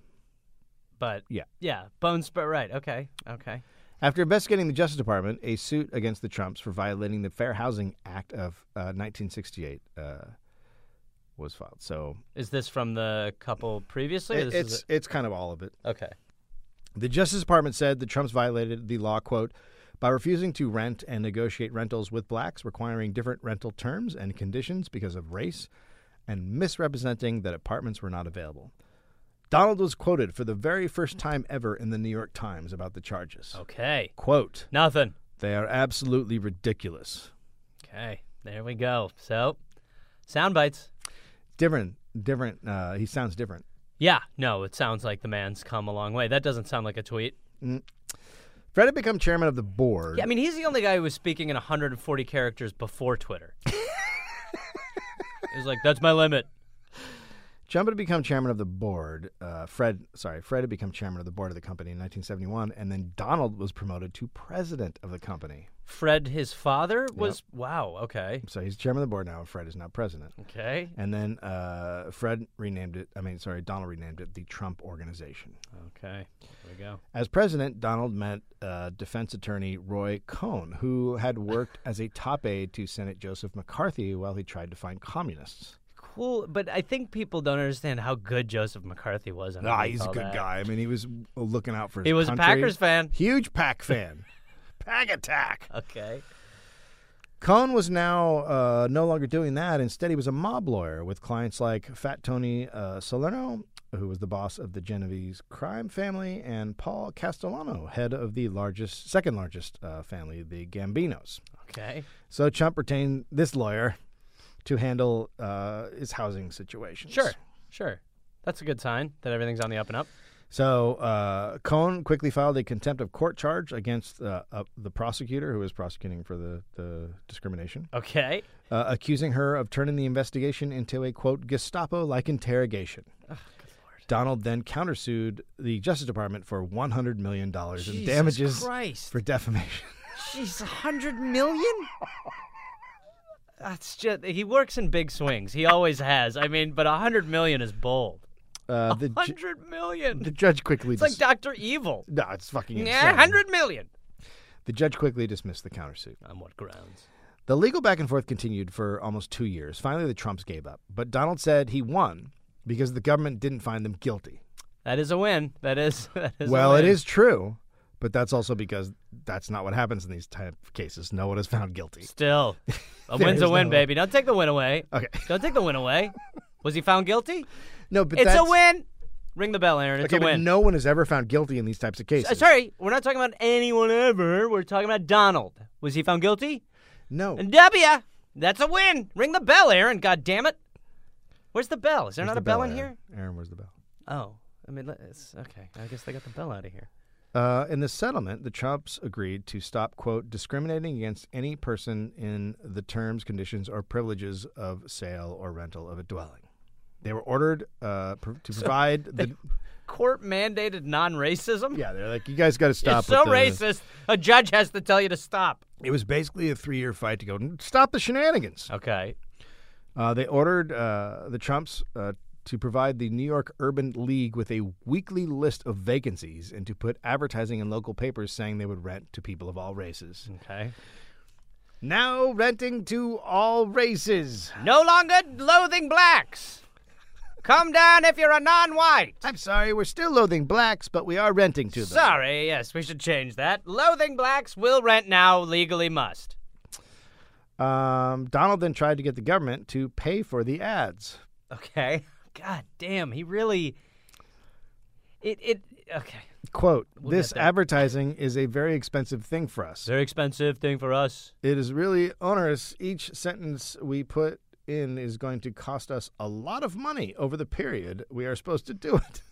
But Yeah. Yeah, bone spur right. Okay. Okay. after investigating the Justice Department, a suit against the Trumps for violating the Fair Housing Act of uh, 1968 uh, was filed. So Is this from the couple previously? it- This is it's it's kind of all of it. a- okay. The Justice Department said the Trumps violated the law, quote, by refusing to rent and negotiate rentals with blacks, requiring different rental terms and conditions because of race, and misrepresenting that apartments were not available. Donald was quoted for the very first time ever in the New York Times about the charges. Okay. Quote, Nothing. they are absolutely ridiculous. Okay. There we go. So, sound bites. Different, different, uh, he sounds different. Yeah. No, it sounds like the man's come a long way. That doesn't sound like a tweet. Fred had become chairman of the board. Yeah, I mean, he's the only guy who was speaking in 140 characters before Twitter. it was like, that's my limit. Trump had become chairman of the board. Uh, Fred, sorry, Fred had become chairman of the board of the company in 1971, and then Donald was promoted to president of the company. Fred, his father, was. Wow, okay. So he's chairman of the board now, and Fred is now president. Okay. And then uh, Fred renamed it. I mean, sorry, Donald renamed it the Trump Organization. Okay. There we go. As president, Donald met uh, defense attorney Roy Cohn, who had worked as a top aide to Senate Joseph McCarthy while he tried to find communists. Cool, but I think people don't understand how good Joseph McCarthy was. Ah, underneath he's a all good that. guy. I mean, he was looking out for. His He was a country. Packers fan. Huge Pack fan. Pack attack. Okay. Cohn was now uh, no longer doing that. Instead, he was a mob lawyer with clients like Fat Tony uh, Salerno, who was the boss of the Genovese crime family, and Paul Castellano, head of the largest, second largest uh, family, the Gambinos. Okay. So Chump retained this lawyer to handle uh, his housing situations. Sure. Sure. That's a good sign that everything's on the up and up. So uh, Cohn quickly filed a contempt of court charge against uh, uh, the prosecutor who was prosecuting for the, the discrimination. Okay. uh, accusing her of turning the investigation into a quote Gestapo like interrogation. Donald then countersued the Justice Department for one hundred million dollars in damages Christ. for defamation. Jeez, a hundred million? That's just he works in big swings. He always has. I mean, but a hundred million is bold. Uh, the, ju- Hundred million. the judge quickly It's like dis- Doctor Evil. no, it's fucking Yeah, insane. hundred million. the judge quickly dismissed the countersuit. On what grounds? The legal back and forth continued for almost two years. Finally, the Trumps gave up, but Donald said he won because the government didn't find them guilty. That is a win. That is. That is a Well, it win. is true, but that's also because that's not what happens in these type of cases. No one is found guilty. Still, a win's a There's win, no- baby. Don't take the win away. Okay. Don't take the win away. Was he found guilty? No, but it's that's, a win. Ring the bell, Aaron. It's okay, a win. But no one is ever found guilty in these types of cases. Uh, Sorry, we're not talking about anyone ever. We're talking about Donald. Was he found guilty? No. And W. That's a win. Ring the bell, Aaron. God damn it. Where's the bell? Is there not Where's the a bell, in Aaron? Aaron, where's the bell? here? Oh, I mean, let- it's okay. I guess they got the bell out of here. Uh, in the settlement, the Trumps agreed to stop, quote, discriminating against any person in the terms, conditions, or privileges of sale or rental of a dwelling. They were ordered uh, pr- to provide the. Court mandated non-racism. Yeah, they're like, you guys got to stop. it's so with the-" racist. A judge has to tell you to stop. It was basically a three year fight to go, stop the shenanigans. Okay. Uh, they ordered uh, the Trumps uh, to provide the New York Urban League with a weekly list of vacancies and to put advertising in local papers saying they would rent to people of all races. Okay. Now renting to all races. No longer loathing blacks. Come down if you're a non-white. I'm sorry, we're still loathing blacks, but we are renting to them. Sorry, yes, we should change that. Loathing blacks will rent now, legally must. Um, Donald then tried to get the government to pay for the ads. Okay. God damn, he really. It it okay. Quote, this get there. advertising is a very expensive thing for us. Very expensive thing for us. It is really onerous. Each sentence we put in is going to cost us a lot of money over the period we are supposed to do it.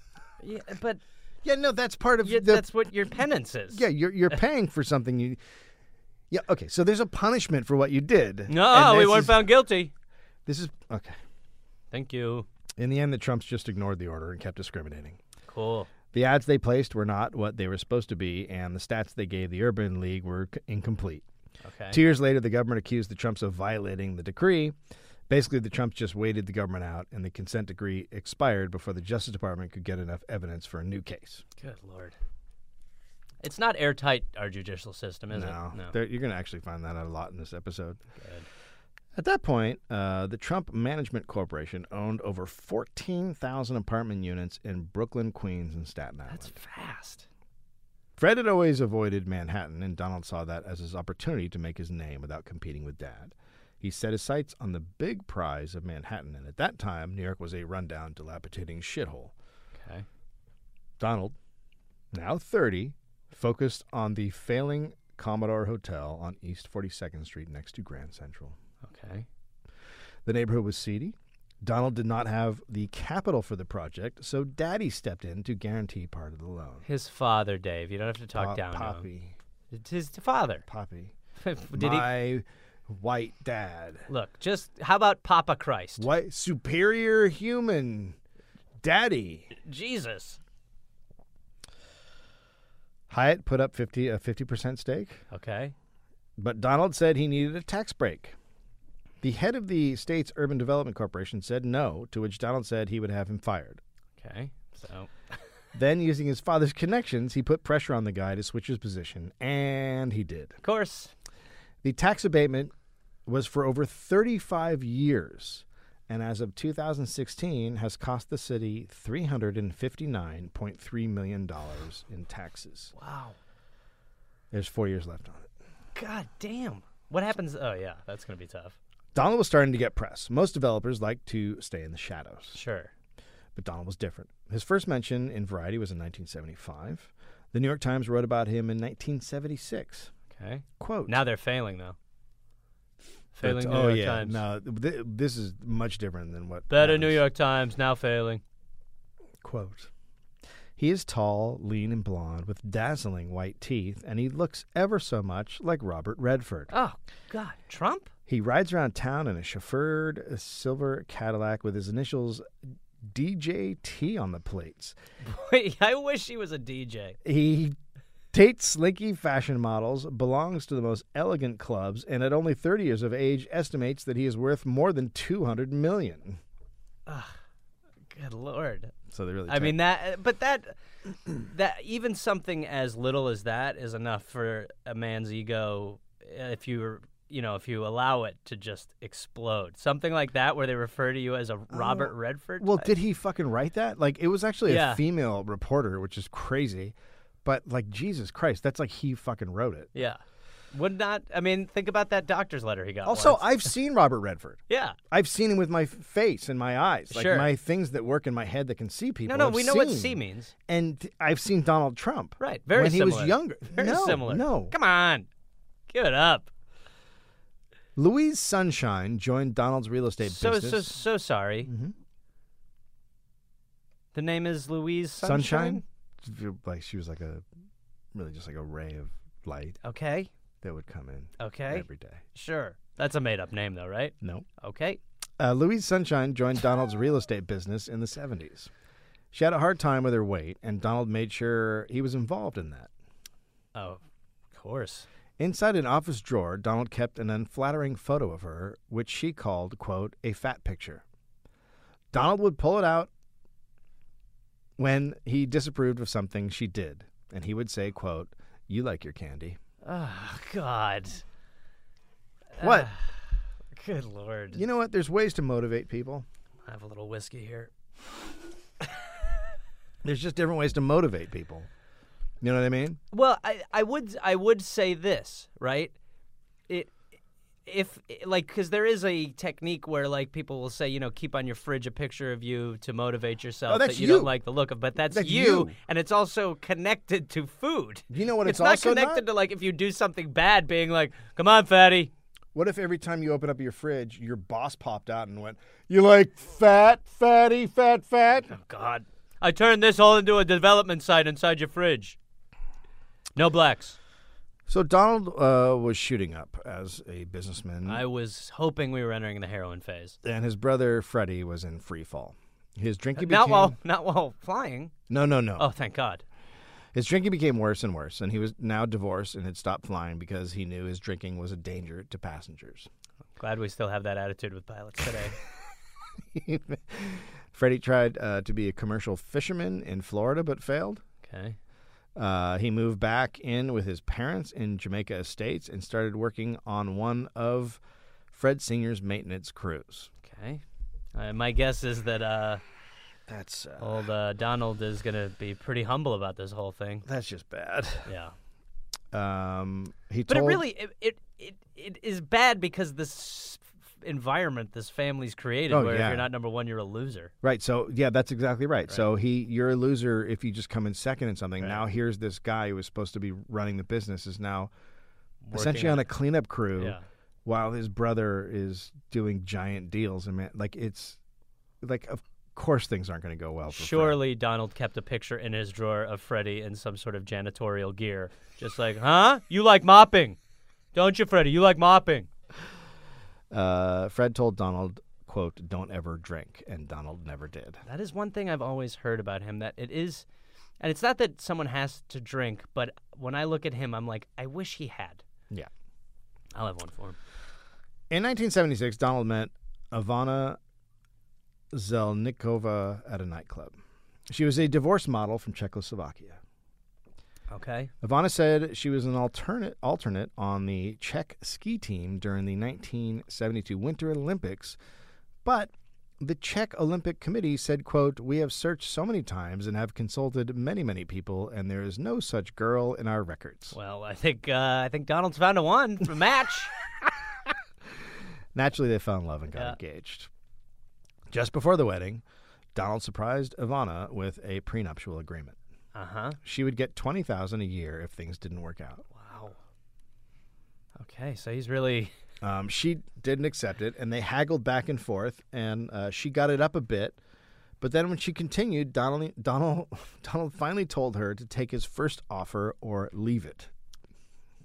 Yeah, but yeah, no, that's part of y- the that's what your penance is. Yeah, you're you're paying for something you Yeah, okay. So there's a punishment for what you did. No, And we this weren't is- found guilty. This is okay. Thank you. In the end the Trumps just ignored the order and kept discriminating. Cool. The ads they placed were not what they were supposed to be, and the stats they gave the Urban League were c- incomplete. Okay. Two years later, the government accused the Trumps of violating the decree. Basically, the Trumps just waited the government out, and the consent decree expired before the Justice Department could get enough evidence for a new case. Good lord. It's not airtight our judicial system, is Now, it? No. there- you're going to actually find that out a lot in this episode. At that point, uh, the Trump Management Corporation owned over 14,000 apartment units in Brooklyn, Queens, and Staten Island. That's fast. Fred had always avoided Manhattan, and Donald saw that as his opportunity to make his name without competing with Dad. He set his sights on the big prize of Manhattan, and at that time, New York was a rundown, dilapidating shithole. Okay. Donald, now 30, focused on the failing Commodore Hotel on East 42nd Street next to Grand Central. Okay. The neighborhood was seedy. Donald did not have the capital for the project, so Daddy stepped in to guarantee part of the loan. His father, Dave. You don't have to talk Pop- down to him. Poppy. It's his father. Poppy. Did my white dad, he look? Just how about Papa Christ? white superior human daddy. Jesus. Hyatt put up 50 a 50% stake, Okay. but Donald said he needed a tax break. The head of the state's urban development corporation said no, to which Donald said he would have him fired. Okay. So Then, using his father's connections, he put pressure on the guy to switch his position, and he did. of course. The tax abatement was for over 35 years, and as of 2016, has cost the city $359.3 million in taxes. Wow. There's four years left on it. God damn. What happens? Oh yeah, that's gonna be tough. Donald was starting to get press. Most developers like to stay in the shadows, Sure. but Donald was different. His first mention in Variety was in 1975. The New York Times wrote about him in 1976. Okay. Quote. Now they're failing though. Failing New oh, York yeah. Times. No, th- this is much different than what. Better New happens. York Times now failing. Quote He is tall, lean, and blonde with dazzling white teeth, and he looks ever so much like Robert Redford. Oh God, Trump. He rides around town in a chauffeured uh, silver Cadillac with his initials DJT on the plates. Wait, I wish he was a DJ. He dates slinky fashion models, belongs to the most elegant clubs, and at only 30 years of age estimates that he is worth more than 200 million. Good lord. So they really. I mean that, but that, that even something as little as that is enough for a man's ego. If you you know if you allow it to just explode, something like that where they refer to you as a Robert Redford. Oh, Well, type? did he fucking write that? Like, it was actually Yeah. a female reporter, which is crazy. But like, Jesus Christ, that's like he fucking wrote it. yeah. Would not. I mean, think about that doctor's letter he got. Also, once. I've seen Robert Redford. yeah. I've seen him with my f- face and my eyes, like Sure. my things that work in my head that can see people. No, no, I've we know what seen. C means. And I've seen Donald Trump. Right, very when he similar. was younger. Very no, similar. No, Come on. Give it up. Louise Sunshine joined Donald's real estate So business. so so sorry. The name is Louise Sunshine. Sunshine? Like she was like a really just like a ray of light Okay. that would come in Okay. every day. Sure. That's a made up name though, right? No. Okay. Uh, Louise Sunshine joined Donald's real estate business in the 70s. She had a hard time with her weight, and Donald made sure he was involved in that. Oh, of course. Inside an office drawer, Donald kept an unflattering photo of her, which she called, quote, a fat picture. Donald would pull it out when he disapproved of something she did, and he would say, quote, you like your candy. Oh God. What? Good lord. You know what? There's ways to motivate people. I have a little whiskey here. There's just different ways to motivate people. You know what I mean? Well, I, I would I would say this right, it if like because there is a technique where like people will say you know keep on your fridge a picture of you to motivate yourself Oh, that's that you, you. don't like the look of, but that's, That's you, you. and it's also connected to food. You know what It's, it's, not also connected to like if you do something bad, being like, "Come on, fatty." What if every time you open up your fridge, your boss popped out and went, "You like fat, fatty, fat, fat?" God, I turned this all into a development site inside your fridge. No blacks. So Donald uh, was shooting up as a businessman, I was hoping we were entering the heroin phase. and his brother Freddie was in free fall. His drinking Not became while not while flying. no, no, no. Oh, thank God. His drinking became worse and worse, and he was now divorced and had stopped flying because he knew his drinking was a danger to passengers. Glad we still have that attitude with pilots today. Freddie tried uh, to be a commercial fisherman in Florida, but failed. okay. Uh, he moved back in with his parents in Jamaica Estates and started working on one of Fred Singer's maintenance crews. Okay. Uh, my guess is that uh, That's uh, old uh, Donald is going to be pretty humble about this whole thing. that's just bad. Yeah. Um, he But it told- really it it, it, it is bad because this environment this family's created Oh, where yeah. if you're not number 1 you're a loser. right. So yeah, that's exactly right. So he, you're a loser if you just come in second in something. Now here's this guy who was supposed to be running the business is now essentially on a cleanup crew, Yeah. while his brother is doing giant deals. And man, like it's like of course things aren't going to go well. For Fred. Surely Donald kept a picture in his drawer of Freddie in some sort of janitorial gear. Just like, "Huh? You like mopping? Don't you, Freddie? You like mopping?" Uh, Fred told Donald, "quote Don't ever drink," and Donald never did. That is one thing I've always heard about him that it is and it's not that someone has to drink, but when I look at him I'm like, I wish he had. Yeah. I'll have one for him. In 1976, Donald met Ivana Zelnikova at a nightclub. She was a divorce model from Czechoslovakia. Okay. Ivana said she was an alternate alternate on the Czech ski team during the 1972 Winter Olympics, but the Czech Olympic Committee said, quote, "We have searched so many times and have consulted many, many people, and there is no such girl in our records." Well, I think uh, I think Donald's found a one for match. Naturally, they fell in love and got Yeah. engaged. Just before the wedding, Donald surprised Ivana with a prenuptial agreement. uh huh. She would get twenty thousand a year if things didn't work out. Wow. Okay, so he's really Um, she didn't accept it, and they haggled back and forth, and uh, she got it up a bit. But then, when she continued, Donald, Donald, Donald finally told her to take his first offer or leave it.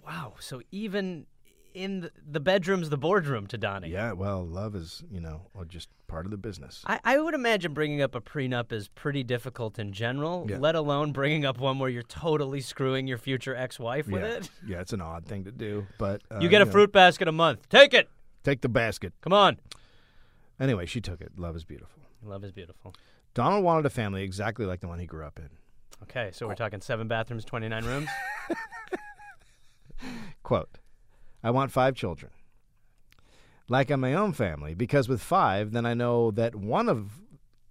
wow. So even in th- the bedroom's the boardroom to Donnie. Yeah, well, love is, you know, well, just part of the business. I, I would imagine bringing up a prenup is pretty difficult in general, Yeah. let alone bringing up one where you're totally screwing your future ex-wife with yeah. it. yeah, it's an odd thing to do, but uh, You get a know, fruit basket a month. Take it. Take the basket. Come on. Anyway, she took it. Love is beautiful. Love is beautiful. Donald wanted a family exactly like the one he grew up in. Okay, Oh. so we're talking seven bathrooms, 29 rooms. Quote I want five children. Like in my own family, because with five, then I know that one of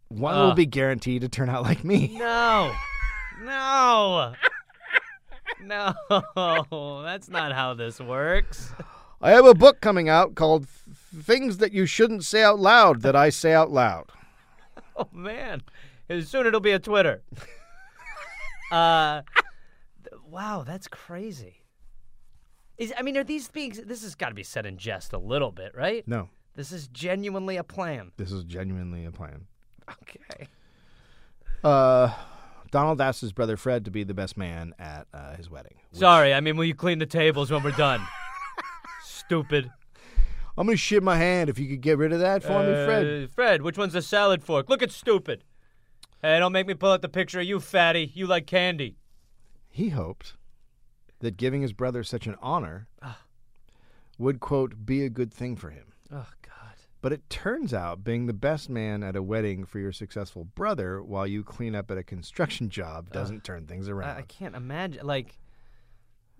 one will Ah. be guaranteed to turn out like me. No. No. No. That's not how this works. I have a book coming out called Th- Things That You Shouldn't Say Out Loud That I Say Out Loud. Oh man. Soon it'll be a Twitter. Uh th- wow, that's crazy. Is I mean are these things this has got to be said in jest a little bit, right? No, This is genuinely a plan. this is genuinely a plan. Okay. Uh, Donald asked his brother Fred to be the best man at uh, his wedding. Sorry, I mean will you clean the tables when we're done? Stupid. I'm going to shit my hand if you could get rid of that for me, Fred. Uh, Fred, which one's the salad fork? Look at stupid. Hey, don't make me pull out the picture of you, fatty. You like candy. He hoped that giving his brother such an honor Ah. would, quote, be a good thing for him. Oh God. But it turns out being the best man at a wedding for your successful brother while you clean up at a construction job doesn't turn things around. Ah. I, I can't imagine. Like,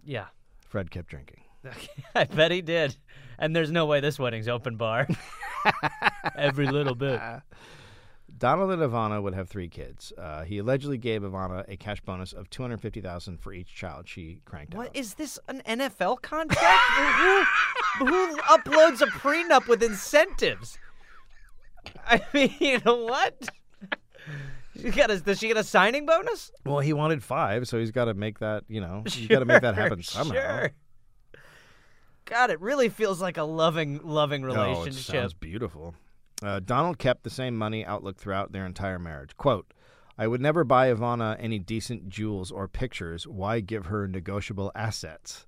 yeah, Fred kept drinking. I bet he did. And there's no way this wedding's open bar. Every little bit. Donald and Ivana would have three kids. Uh, he allegedly gave Ivana a cash bonus of two hundred fifty thousand for each child she cranked What out. is this? An NFL contract? who, who- who uploads a prenup with incentives? I mean, what? She got a, does she get a signing bonus? Well, he wanted five, so he's got to make that. You know, he's got to make that happen Sure, somehow. Sure. God, it really feels like a loving, loving Oh, it relationship. sounds beautiful. Uh, Donald kept the same money outlook throughout their entire marriage. Quote, I would never buy Ivana any decent jewels or pictures. Why give her negotiable assets?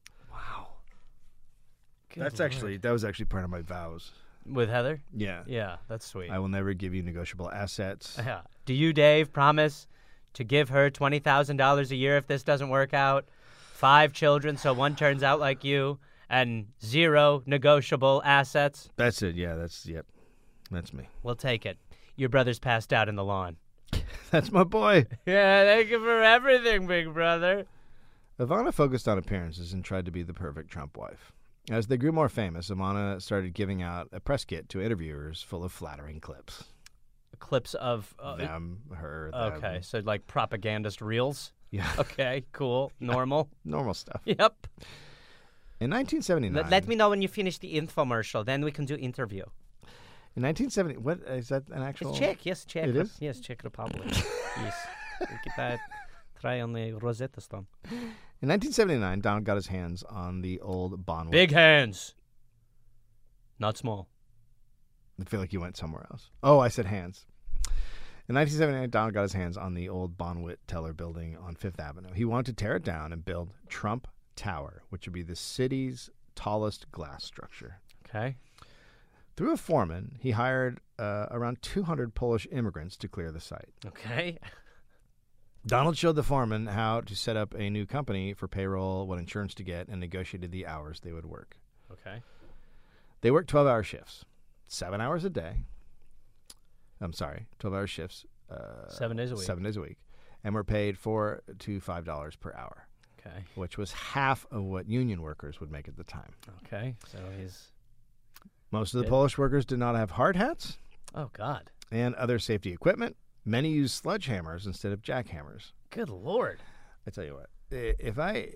Good That's lord. actually that was actually part of my vows. with Heather. Yeah. Yeah, that's sweet. I will never give you negotiable assets. Yeah. Do you, Dave, promise to give her twenty thousand dollars a year if this doesn't work out? Five children, so one turns out like you, and zero negotiable assets. That's it. Yeah, that's yep. That's me. We'll take it. Your brother's passed out in the lawn. That's my boy. Yeah, thank you for everything, big brother. Ivana focused on appearances and tried to be the perfect Trump wife. As they grew more famous, Ivana started giving out a press kit to interviewers full of flattering clips. Clips of. Uh, them, her, them. okay, so like propagandist reels. Yeah. Okay, cool, normal. Normal stuff. yep. In 1979. Let, let me know when you finish the infomercial, then we can do interview. In 1970. What is that? An actual. It's Czech, yes, Czech. It Re- is? Yes, Czech Republic. yes. Kita try on the Rosetta Stone. In 1979, Donald got his hands on the old Bonwood. Big hands. Not small. I feel like you went somewhere else. Oh, I said hands. In 1979, Donald got his hands on the old Bonwit Teller building on Fifth Avenue. He wanted to tear it down and build Trump Tower, which would be the city's tallest glass structure. Okay. Through a foreman, he hired uh, around 200 Polish immigrants to clear the site. Okay. Donald showed the foreman how to set up a new company for payroll, what insurance to get, and negotiated the hours they would work. Okay. They worked 12 hour shifts, seven hours a day. I'm sorry, 12 hour shifts. Uh, Seven days a week. Seven days a week. And were paid four to five dollars per hour, Okay. which was half of what union workers would make at the time. Okay. So he's Most of the Okay. Polish workers did not have hard hats Oh God. and other safety equipment. Many used sledgehammers instead of jackhammers. Good lord. I tell you what, i- if I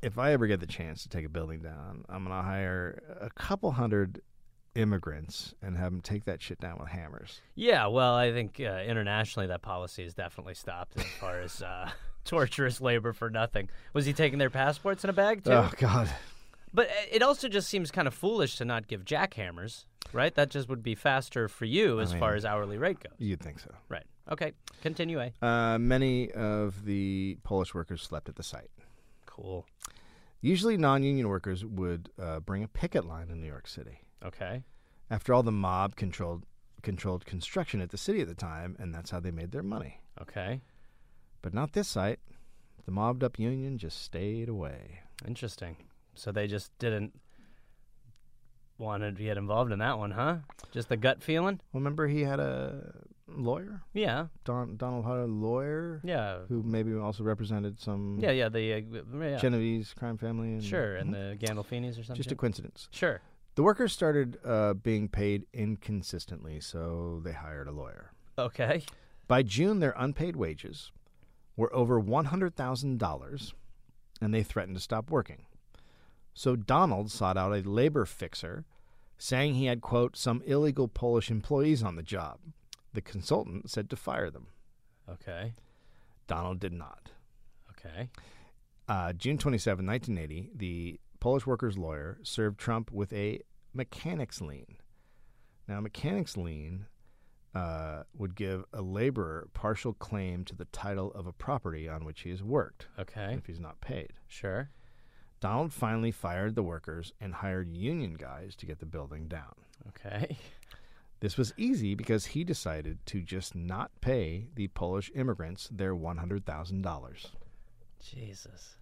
if I ever get the chance to take a building down, I'm gonna hire a couple hundred immigrants and have them take that shit down with hammers. Yeah, well, I think uh, internationally that policy is definitely stopped as far as uh, torturous labor for nothing. Was he taking their passports in a bag too? Oh God. But uh, it also just seems kind of foolish to not give jackhammers, right? That just would be faster for you as far mean- as hourly rate goes. You'd think so. Right. Okay. Continue. eh? Uh, many of the Polish workers slept at the site. Cool. Usually, non union workers would uh, bring a picket line in New York City. Okay. After all, the mob controlled, controlled construction at the city at the time, and that's how they made their money. Okay. But not this site. The mobbed up union just stayed away. Interesting. So they just didn't want to get involved in that one, huh? Just the gut feeling? Remember, he had a lawyer? Yeah. Don, Donald had a lawyer Yeah. who maybe also represented some Yeah. Yeah. The uh, yeah. Genovese crime family. And, sure, and the Gandolfinis or something. mm-hmm. Just a coincidence. sure. The workers started uh, being paid inconsistently, so they hired a lawyer. Okay. By June, their unpaid wages were over $100,000 and they threatened to stop working. So Donald sought out a labor fixer, saying he had, quote, some illegal Polish employees on the job. The consultant said to fire them. Okay. Donald did not. Okay. Uh, June 27, 1980, the Polish workers' lawyer served Trump with a mechanics lien. Now, a mechanics lien uh, would give a laborer partial claim to the title of a property on which he has worked Okay. if he's not paid. Sure. Donald finally fired the workers and hired union guys to get the building down. Okay. This was easy because he decided to just not pay the Polish immigrants their $100,000. Jesus.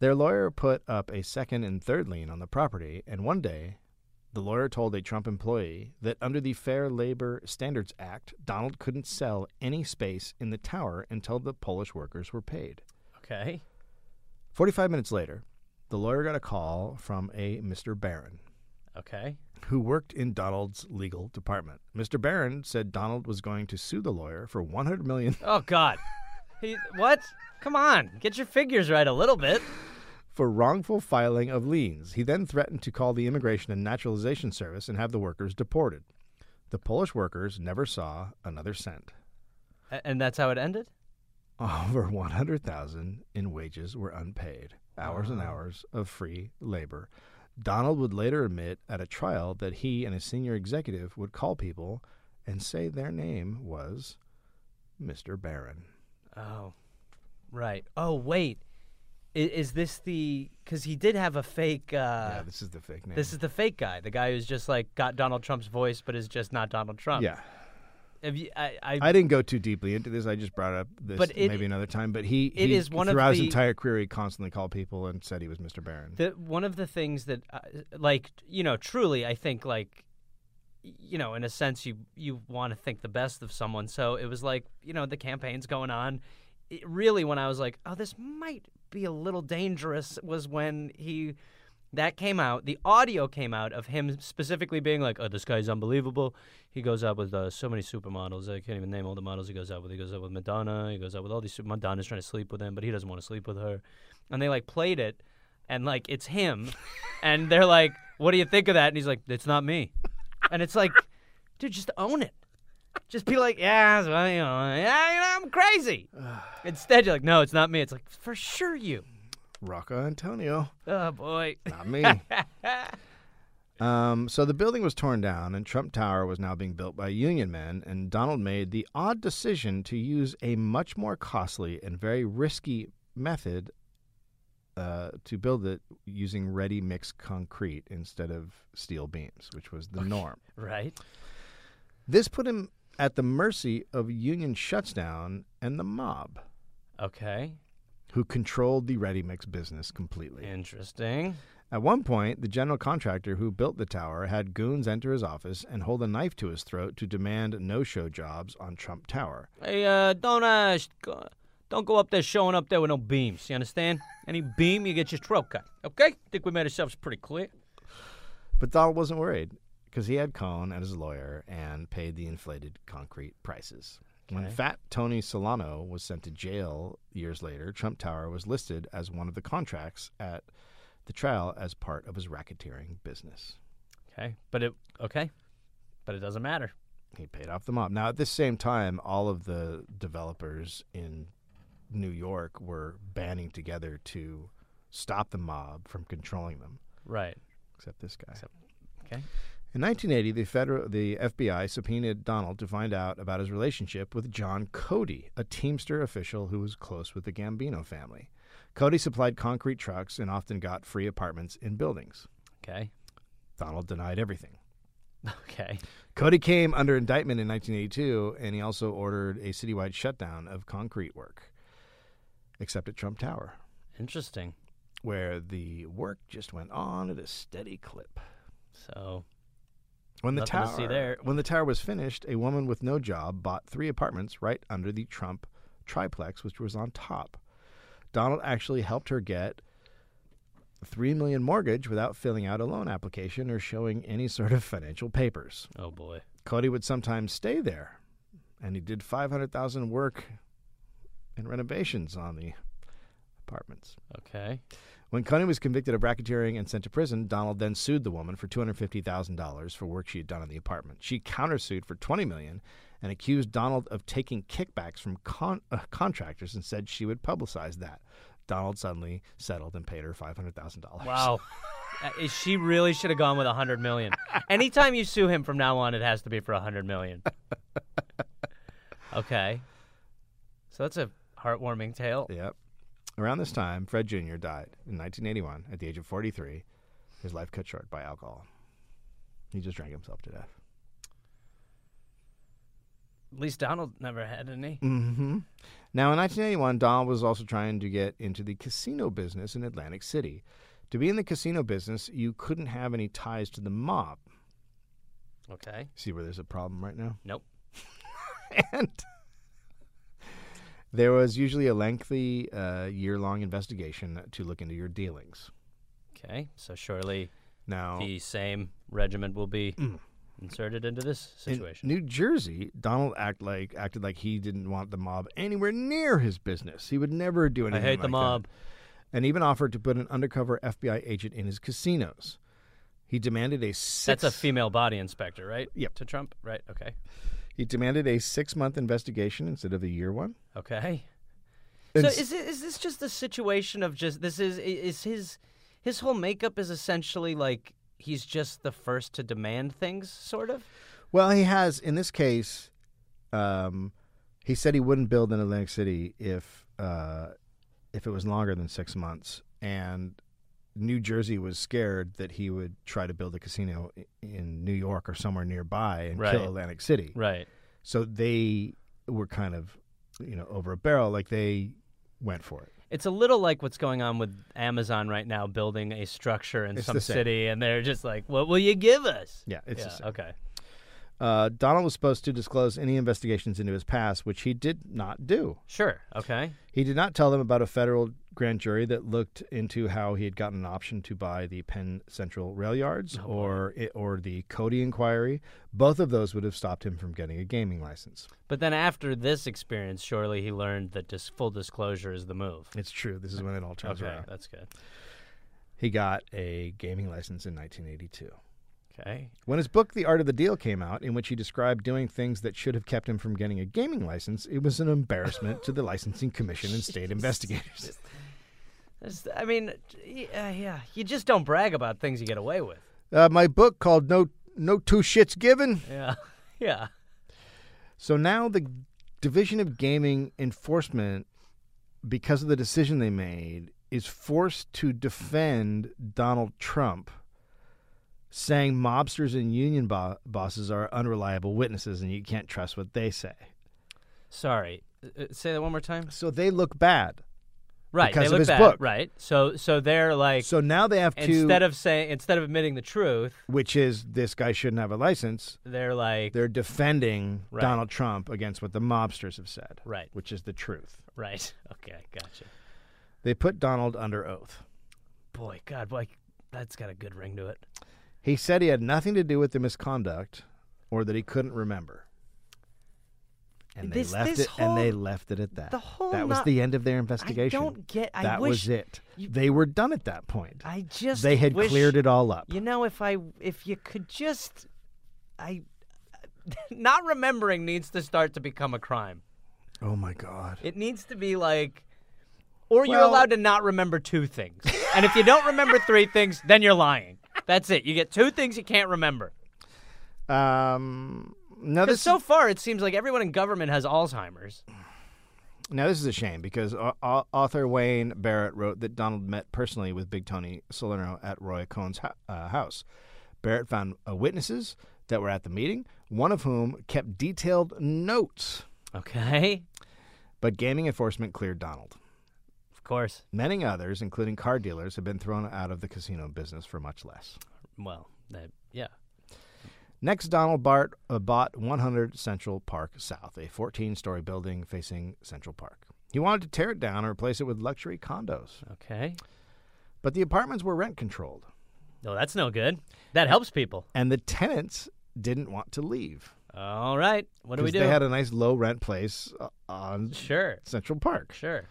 Their lawyer put up a second and third lien on the property, and one day, the lawyer told a Trump employee that under the Fair Labor Standards Act, Donald couldn't sell any space in the tower until the Polish workers were paid. Okay. 45 minutes later, the lawyer got a call from a Mr. Barron. Okay. who worked in Donald's legal department. Mr. Barron said Donald was going to sue the lawyer for 100 million Oh God. He, what? Come on, get your figures right a little bit. for wrongful filing of liens. He then threatened to call the Immigration and Naturalization Service and have the workers deported. The Polish workers never saw another cent. A- And that's how it ended. Over 100,000 in wages were unpaid. Hours and hours of free labor. Donald would later admit at a trial that he and a senior executive would call people and say their name was Mr. Barron. Oh, right. Oh wait, is, is this the? Because he did have a fake. Uh, yeah, this is the fake name. This is the fake guy, the guy who's just like got Donald Trump's voice, but is just not Donald Trump. yeah. Have you, I, I, I didn't go too deeply into this. I just brought up this But it- maybe another time. But he, it he is one of throughout his the- entire career, he constantly called people and said he was Mr. Barron. the, one of the things that, uh, like, you know, truly, I think, like, you know, in a sense, you you want to think the best of someone. So it was like, you know, the campaign's going on. It really, when I was like, oh, this might be a little dangerous, was when he. That came out. The audio came out of him specifically being like, "Oh, this guy's unbelievable. He goes out with uh, so many supermodels. I can't even name all the models he goes out with. He goes out with Madonna. He goes out with all these. Super- Madonna's trying to sleep with him, but he doesn't want to sleep with her." And they like played it, and like it's him, and they're like, "What do you think of that?" And he's like, "It's not me," and it's like, "Dude, just own it. Just be like, yeah, so, you know, yeah, you know, I'm crazy." Instead, you're like, "No, it's not me." It's like for sure you. Rocco Antonio, Oh boy. not me. um, so the building was torn down, and Trump Tower was now being built by Union men. And Donald made the odd decision to use a much more costly and very risky method uh, to build it using ready mixed concrete instead of steel beams, which was the norm. Right. This put him at the mercy of union shutdown and the mob, Okay. who controlled the ready mix business completely. Interesting. At one point, the general contractor who built the tower had goons enter his office and hold a knife to his throat to demand no show jobs on Trump Tower. Hey, uh, don't uh, sh- go, don't go up there showing up there with no beams. You understand? Any beam, you get your throat cut. Okay. Think we made ourselves pretty clear. But Donald wasn't worried because he had Cohn as his lawyer and paid the inflated concrete prices. When Fat Tony Solano was sent to jail years later, Trump Tower was listed as one of the contracts at the trial as part of his racketeering business. Okay. But it okay. But it doesn't matter. He paid off the mob. Now, at this same time, all of the developers in New York were banding together to stop the mob from controlling them, Right. except this guy. Okay. In 1980, the federal the FBI subpoenaed Donald to find out about his relationship with John Cody, a Teamster official who was close with the Gambino family. Cody supplied concrete trucks and often got free apartments in buildings. Okay. Donald denied everything. Okay. Cody came under indictment in 1982, and he also ordered a citywide shutdown of concrete work, except at Trump Tower, Interesting. where the work just went on at a steady clip. So When the Nothing to tower see there. when the tower was finished, a woman with no job bought three apartments right under the Trump triplex, which was on top. Donald actually helped her get a three million mortgage without filling out a loan application or showing any sort of financial papers. oh boy. Cody would sometimes stay there, and he did five hundred thousand work and renovations on the apartments. Okay. When Cody was convicted of racketeering and sent to prison, Donald then sued the woman for $250,000 for work she had done in the apartment. She countersued for $20 million and accused Donald of taking kickbacks from con- uh, contractors and said she would publicize that. Donald suddenly settled and paid her $500,000. Wow. Uh, is- she really should have gone with a hundred million. Anytime you sue him from now on, it has to be for a hundred million. Okay. So that's a heartwarming tale. Yep. Around this time, Fred Jr. died in 1981 at the age of 43, his life cut short by alcohol. He just drank himself to death. At least Donald never had any. hmm Now, in 1981, Donald was also trying to get into the casino business in Atlantic City. To be in the casino business, you couldn't have any ties to the mob. Okay. See where there's a problem right now? Nope. and there was usually a lengthy uh, year long investigation to look into your dealings. Okay. So surely Now, The same regimen will be inserted into this Mm. in situation. New Jersey, Donald act like acted like he didn't want the mob anywhere near his business. He would never do I anything. hate the Mm, like mob. that. and even offered to put an undercover FBI agent in his casinos. He demanded a six. That's a female body inspector, right? Yep. To Trump, right? Okay. he demanded a six-month investigation instead of the year one. Okay. And So s- is it, is this just the situation of just this is is his his whole makeup is essentially like he's just the first to demand things, sort of. well, he has in this case. Um, he said he wouldn't build in Atlantic City if uh, if it was longer than six months, and New Jersey was scared that he would try to build a casino i- in New York or somewhere nearby and Right. kill Atlantic City. Right. So they were kind of, you know, over a barrel. Like they went for it. It's a little like what's going on with Amazon right now, building a structure in It's some the same. city, and they're just like, "What will you give us?" Yeah, it's the same. okay. Uh, Donald was supposed to disclose any investigations into his past, which he did not do. Sure. Okay. He did not tell them about a federal grand jury that looked into how he had gotten an option to buy the Penn Central rail yards or or the Cody inquiry. Both of those would have stopped him from getting a gaming license. But then after this experience, surely he learned that dis- full disclosure is the move. It's true. This is when it all turns Okay, around. that's good. He got a gaming license in 1982. Okay. When his book, The Art of the Deal, came out, in which he described doing things that should have kept him from getting a gaming license, it was an embarrassment to the licensing commission and state investigators. That's- I mean, y- uh, yeah, you just don't brag about things you get away with. Uh, my book called No No Two Shits Given. Yeah. Yeah. So now the Division of Gaming Enforcement, because of the decision they made, is forced to defend Donald Trump, saying mobsters and union bo- bosses are unreliable witnesses and you can't trust what they say. Sorry. Uh, uh, say that one more time. So they look bad. Right. Because they of look his bad. book. Right. So so they're like So now they have to instead of saying instead of admitting the truth, which is this guy shouldn't have a license, they're like they're defending Right. Donald Trump against what the mobsters have said, Right. which is the truth. right. Okay, gotcha. They put Donald under oath. Boy, God, boy, that's got a good ring to it. He said he had nothing to do with the misconduct or that he couldn't remember. And they This- left this it whole- and they left it at that. the whole that was not- the end of their investigation. don't get- I that wish- was it. They were done at that point. I just they had wish- cleared it all up. You know, if I if you could just, I, not remembering needs to start to become a crime. oh my god. It needs to be like, or you're Well- allowed to not remember two things, and if you don't remember three things, then you're lying. That's it. You get two things you can't remember. Um now Because this so far, it seems like everyone in government has Alzheimer's. Now, this is a shame because au- au- author Wayne Barrett wrote that Donald met personally with Big Tony Salerno at Roy Cohn's ho- uh, house. Barrett found uh, witnesses that were at the meeting, one of whom kept detailed notes. Okay, But gaming enforcement cleared Donald. of course. Many others, including car dealers, have been thrown out of the casino business for much less. Well, that, yeah. Next, Donald Bart uh, bought 100 Central Park South, a 14 story building facing Central Park. He wanted to tear it down and replace it with luxury condos, Okay. but the apartments were rent controlled. No, that's no good. That helps people. and the tenants didn't want to leave All right. What do we because do? they had a nice low rent place uh, on sure. Central Park. Sure.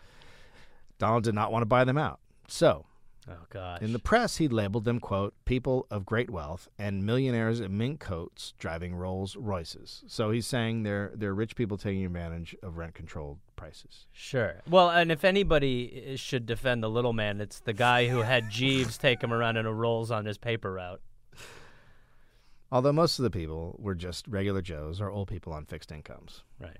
Donald did not want to buy them out. So, Oh gosh. in the press, he labeled them, quote, people of great wealth and millionaires in mink coats driving Rolls Royces. So he's saying they're, they're rich people taking advantage of rent controlled prices. Sure. Well, and if anybody i- should defend the little man, it's the guy who had Jeeves take him around in a Rolls on his paper route. Although most of the people were just regular Joes or old people on fixed incomes. Right.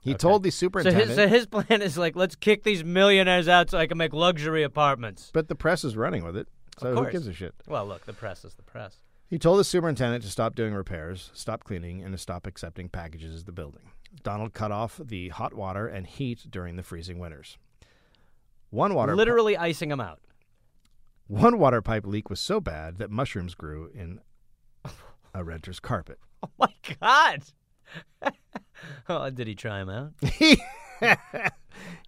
He told the So superintendent, his, so his plan is like, let's kick these millionaires out so I can make luxury apartments. but the press is running with it. So who course. gives a shit? Well, look, the press is the press. He told the superintendent to stop doing repairs, stop cleaning, and to stop accepting packages at the building. Donald cut off the hot water and heat during the freezing winters. One water pi- Literally icing them out. one water pipe leak was so bad that mushrooms grew in a renter's carpet. Oh my God. oh, did he try him out?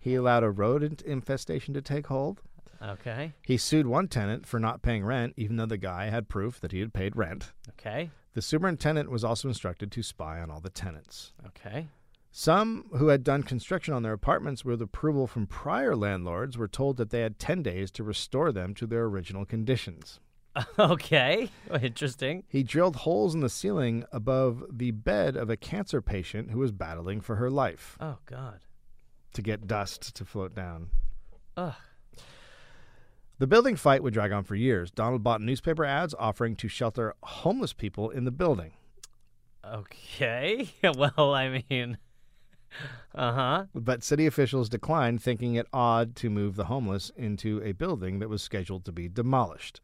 He allowed a rodent infestation to take hold, Okay. He sued one tenant for not paying rent, even though the guy had proof that he had paid rent. Okay. The superintendent was also instructed to spy on all the tenants. Okay. Some who had done construction on their apartments with approval from prior landlords were told that they had 10 days to restore them to their original conditions. Okay. Oh, Interesting. He drilled holes in the ceiling above the bed of a cancer patient who was battling for her life Oh God. to get dust to float down. Ugh. The building fight would drag on for years. Donald bought newspaper ads offering to shelter homeless people in the building. Okay. well, I mean. Uh huh. But city officials declined, thinking it odd to move the homeless into a building that was scheduled to be demolished.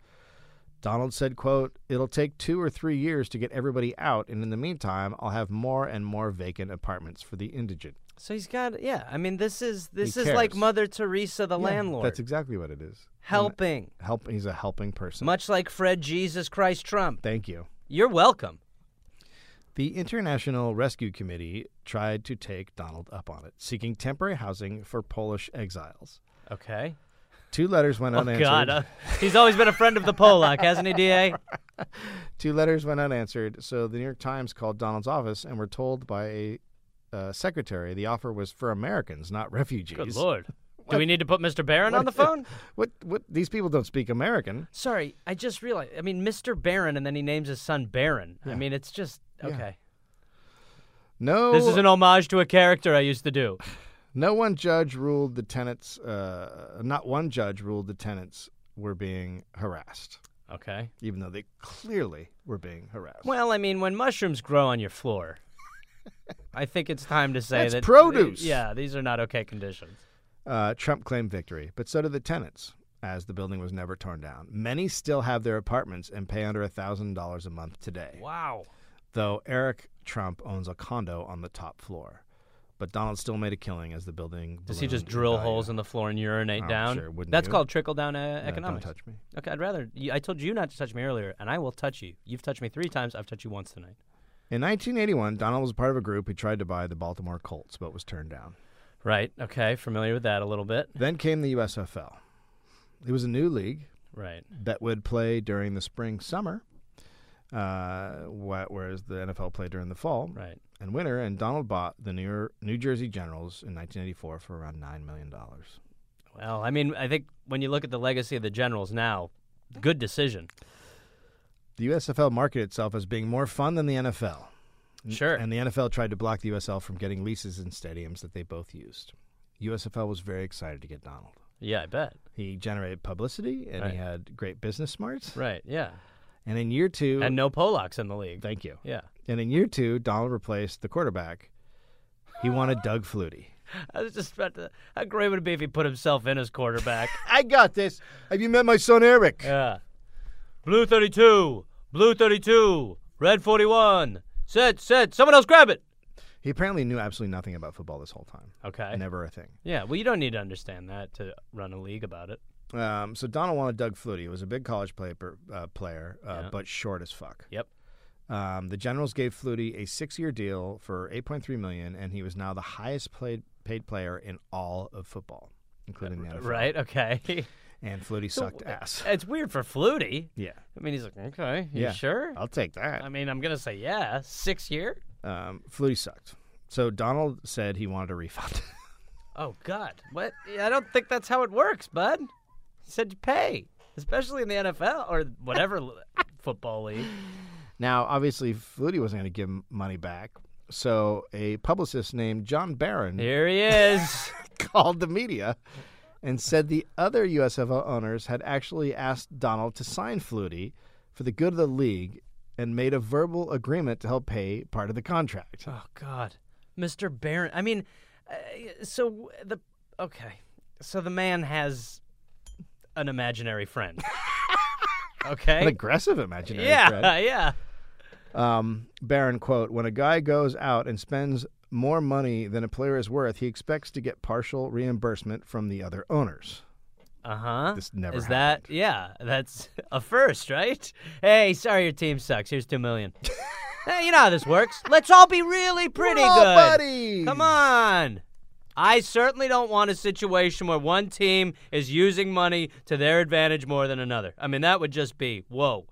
Donald said, quote, It'll take two or three years to get everybody out, and in the meantime, I'll have more and more vacant apartments for the indigent. So he's got. Yeah. I mean, this is this He is like cares. Mother Teresa, the landlord, That's exactly what it is. helping, Help he's a helping person. much like Fred Jesus Christ Trump. Thank you. You're welcome. The International Rescue Committee tried to take Donald up on it, seeking temporary housing for Polish exiles. Okay. Two letters went Oh unanswered. God. uh, he's always been a friend of the Polak, hasn't he, Da? Two letters went unanswered, so the New York Times called Donald's office and were told by a uh, secretary the offer was for Americans, not refugees. Good lord. Do we need to put Mr. Barron on the phone? What? What? These people don't speak American. Sorry, I just realized. I mean, Mr. Barron, and then he names his son Baron. I mean, it's just okay. No. This is an homage to a character I used to do. no one judge ruled the tenants. Uh, not one judge ruled the tenants were being harassed, Okay. even though they clearly were being harassed. Well, I mean, when mushrooms grow on your floor, I think it's time to say That's that produce. yeah, these are not okay conditions. Uh, Trump claimed victory, but so did the tenants, as the building was never torn down. Many still have their apartments and pay under $1,000 a month today, Wow. though Eric Trump owns a condo on the top floor. But Donald still made a killing as the building. Does he just ballooned in drill value. holes in the floor and urinate I'm down? sure, wouldn't That's you? called trickle down uh, No, economics. Don't touch me. Okay, I'd rather. You, I told you not to touch me earlier, and I will touch you. You've touched me three times. I've touched you once tonight. In 1981, Donald was part of a group who tried to buy the Baltimore Colts, but was turned down. Right. Okay. Familiar with that a little bit. Then came the USFL. It was a new league, Right. that would play during the spring summer, uh, wh- whereas the NFL played during the fall Right. and winter. And Donald bought the New, Yor- New Jersey Generals in 1984 for around nine million dollars. Well, I mean, I think when you look at the legacy of the Generals now, good decision. The USFL marketed itself as being more fun than the NFL. N- Sure. And the NFL tried to block the USL from getting leases in stadiums that they both used. USFL was very excited to get Donald. Yeah, I bet. He generated publicity and Right. he had great business smarts. Right. Yeah. And in year two, And no Polacks in the league. thank you. Yeah. And in year two, Donald replaced the quarterback. He wanted Doug Flutie. I was just about to. How great would it be if he put himself in as quarterback? I got this. Have you met my son Eric? yeah. Blue 32. Blue 32. Red 41. Set, set. Someone else grab it. He apparently knew absolutely nothing about football this whole time. Okay. Never a thing. Yeah, well, you don't need to understand that to run a league about it. Um, so Donald wanted Doug Flutie. He was a big college play per, uh, player, uh, Yeah. but short as fuck. Yep. Um, the Generals gave Flutie a six-year deal for 8.3 million, and he was now the highest-paid paid player in all of football, including the NFL. Right? uh, Okay. And Flutie sucked ass. it's weird for Flutie. Yeah. I mean, he's like, okay, you Yeah. sure? I'll take that. I mean, I'm going to say, yeah, six year? Um, Flutie sucked. So Donald said he wanted a refund. Oh, God. What? I don't think that's how it works, bud. He said you pay, especially in the NFL or whatever l- football league. now, obviously, Flutie wasn't going to give him money back. So a publicist named John Barron Here he is. called the media and said the other USFL owners had actually asked Donald to sign Flutie for the good of the league and made a verbal agreement to help pay part of the contract. oh, God. Mr. Barron. I mean, uh, so the. Okay. So the man has an imaginary friend. okay. An aggressive imaginary yeah, threat. yeah. Um, Barron quote: "When a guy goes out and spends more money than a player is worth, he expects to get partial reimbursement from the other owners." Uh huh. This never is that. Yeah, that's a first, right? Hey, sorry your team sucks. Here's two million. hey, you know how this works. Let's all be really pretty We're all good. buddies. Come on. I certainly don't want a situation where one team is using money to their advantage more than another. I mean, that would just be whoa.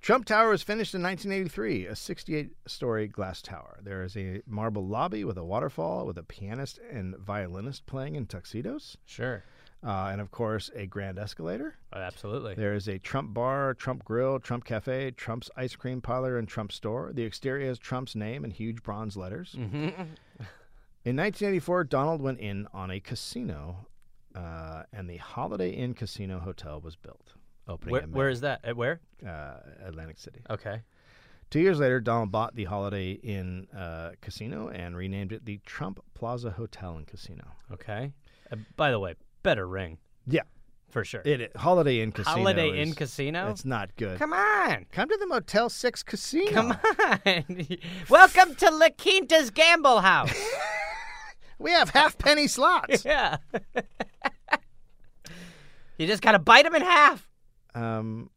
Trump Tower was finished in 1983, a 68 story glass tower. There is a marble lobby with a waterfall, with a pianist and violinist playing in tuxedos, Sure. uh, and of course, a grand escalator. Oh, absolutely. There is a Trump bar, Trump grill, Trump cafe, Trump's ice cream parlor, and Trump store. The exterior has Trump's name in huge bronze letters. Mm-hmm. In 1984, Donald went in on a casino, uh, and the Holiday Inn Casino Hotel was built, opening Where, in where is that? At where? uh, Atlantic City. Okay. Two years later, Donald bought the Holiday Inn uh, Casino and renamed it the Trump Plaza Hotel and Casino. Okay. Uh, by the way, better ring Yeah, for sure. it, it- Holiday Inn Casino. Holiday is- Inn Casino. It's not good. Come, Come on. to the Motel Six Casino. Come on. Welcome to La Quinta's Gamble House. We have half penny slots. yeah. you just got to bite them in half. um,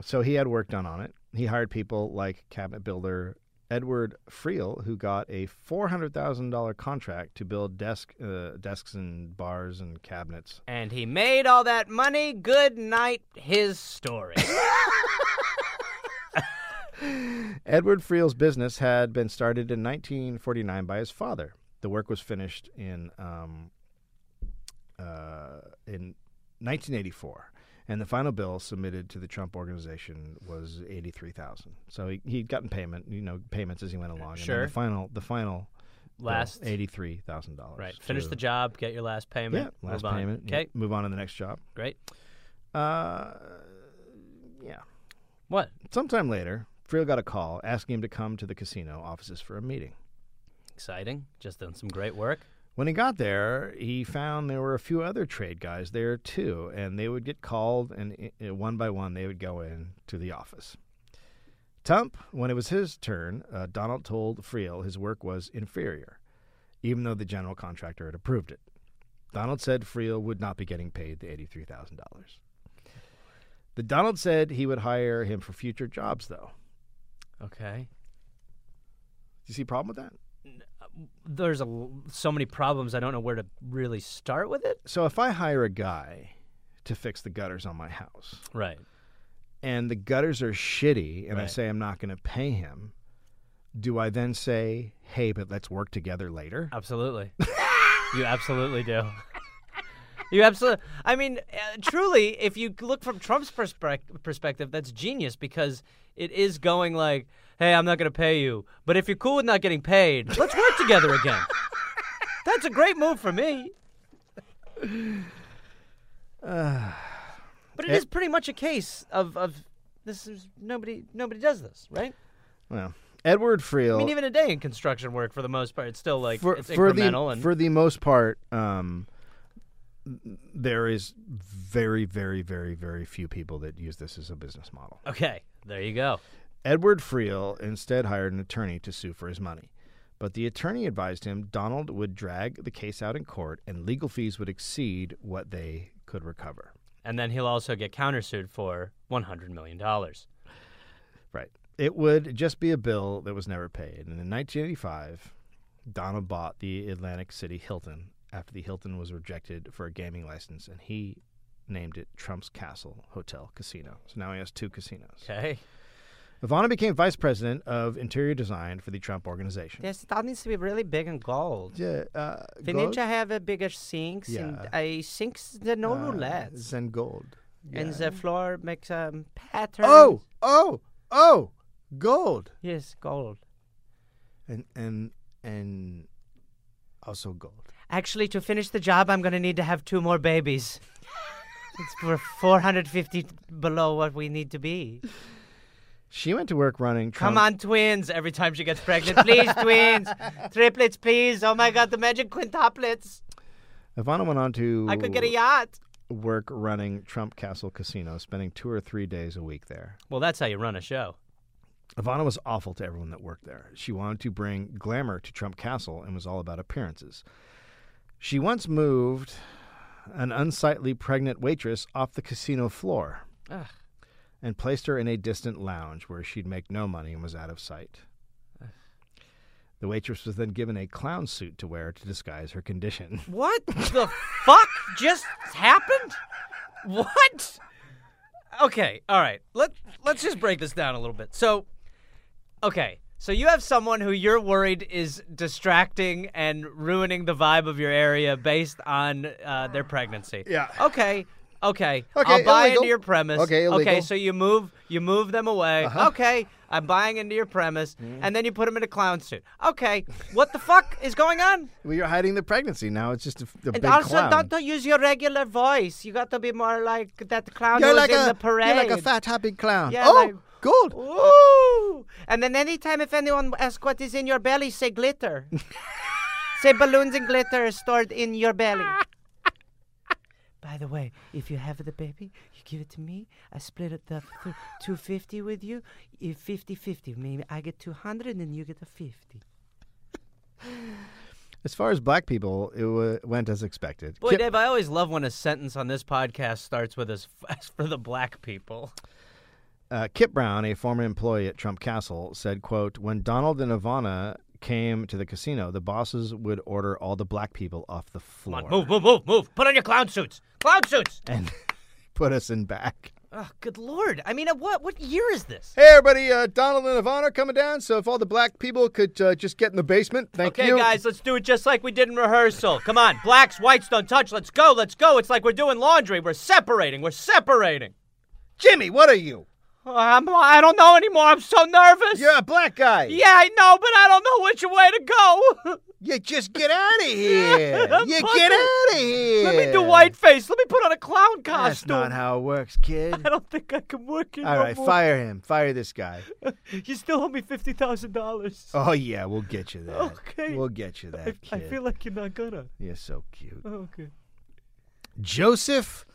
so he had work done on it. He hired people like cabinet builder Edward Friel, who got a four hundred thousand dollar contract to build desk uh, desks and bars and cabinets. And he made all that money. Good night, his story. Edward Friel's business had been started in 1949 by his father. The work was finished in um, uh, in 1984, and the final bill submitted to the Trump organization was 83,000. So he he'd gotten payment, you know, payments as he went along. And Sure. then the final, the final bill, last. $83,000. Right. Finish to- the job, get your last yeah, payment. last move on. payment. yeah, Okay, move on to the next job. great. Uh, yeah. What? Sometime later, Friel got a call asking him to come to the casino offices for a meeting. Exciting. Just done some great work. When he got there, he found there were a few other trade guys there too, and they would get called, and i- i- one by one they would go in to the office. Tump, when it was his turn, uh, Donald told Friel his work was inferior, even though the general contractor had approved it. Donald said Friel would not be getting paid the eighty-three thousand dollars. The Donald said he would hire him for future jobs, though. Okay. Do you see a problem with that? There's a, l- so many problems. I don't know where to really start with it. So if I hire a guy to fix the gutters on my house, Right. and the gutters are shitty and I Right. say I'm not going to pay him, do I then say, hey, but let's work together later? Absolutely. you absolutely do. You absolutely. I mean, uh, truly, if you look from Trump's perspective, perspective, that's genius because it is going like, "Hey, I'm not going to pay you, but if you're cool with not getting paid, let's work together again." That's a great move for me. Eh. but it is pretty much a case of of this is nobody nobody does this, right? Well, Edward Friel, I mean, even today in construction work, for the most part, it's still like for, it's for incremental the, and for the most part, um, there is very, very, very, very few people that use this as a business model. okay. There you go. Edward Friel instead hired an attorney to sue for his money. But the attorney advised him Donald would drag the case out in court and legal fees would exceed what they could recover. and then he'll also get countersued for one hundred million dollars. Right. It would just be a bill that was never paid. And in 1985, Donald bought the Atlantic City Hilton after the Hilton was rejected for a gaming license, and he named it Trump's Castle Hotel Casino. So now he has two casinos. Okay. Ivana became vice president of interior design for the Trump organization. Yes, that needs to be really big and gold. Yeah, uh, They need to have a bigger sinks and Yeah. I sinks the no roulettes. and uh, gold. And the floor makes a um, pattern. Oh, oh, oh, gold, Yes, gold. and and and also gold. Actually, to finish the job, I'm going to need to have two more babies. it's for 450 below what we need to be. She went to work running. Trump. Come on, twins. Every time she gets pregnant, please, twins. Triplets, please. Oh my God, the magic quintuplets. Ivana went on to I could get a yacht. work running Trump Castle Casino, spending two or three days a week there. Well, that's how you run a show. Ivana was awful to everyone that worked there. She wanted to bring glamour to Trump Castle and was all about appearances. She once moved an unsightly pregnant waitress off the casino floor Ugh. and placed her in a distant lounge where she'd make no money and was out of sight. The waitress was then given a clown suit to wear to disguise her condition. What the fuck just happened? What? Okay, all right. Let let's just break this down a little bit. So, okay. So you have someone who you're worried is distracting and ruining the vibe of your area based on uh, their pregnancy. Yeah. Okay. Okay. Okay, I'll buy illegal. into your premise. Okay, Okay. Uh-huh. illegal. So you move you move them away. Okay. I'm buying into your premise, and then you put them in a clown suit. Okay. What the fuck is going on? well, you're hiding the pregnancy now. It's just a, a big And also, clown. don't to use your regular voice. You got to be more like that clown who you're was like in a the parade. you're like a fat happy clown. Yeah, oh, like- good. Ooh! And then anytime if anyone asks what is in your belly, say glitter. say balloons and glitter is stored in your belly. By the way, if you have the baby, you give it to me. I split it the th- 250 with you. If 50-50, maybe I get 200 and you get a 50. As far as black people, it w- went as expected. Boy, Kip- Dave, I always love when a sentence on this podcast starts with "as for the black people." Uh, Kip Brown, a former employee at Trump Castle, said, quote, When Donald and Ivana came to the casino, the bosses would order all the black people off the floor Move, move, move, move. Put on your clown suits. Clown suits. and put us in back. Oh, good lord. I mean, uh, what what year is this? Hey, everybody, uh, Donald and Ivana are coming down, so if all the black people could uh, just get in the basement, thank Okay, you. guys, let's do it just like we did in rehearsal. Come on, blacks, whites, don't touch. Let's go, let's go. It's like we're doing laundry. We're separating. We're separating. Jimmy, what are you? Oh, I'm, I don't know anymore. I'm so nervous. You're a black guy. Yeah, I know, but I don't know which way to go. You just get out of here. I'm you fucking- get out of here. Let me do whiteface. Let me put on a clown That's costume. not how it works, kid. I don't think I can work it. All no right, more. fire him. Fire this guy. You still owe me fifty thousand dollars. Oh yeah, we'll get you that. Okay. We'll get you that. I, kid. I feel like you're not gonna. You're so cute. Oh, Okay. Joseph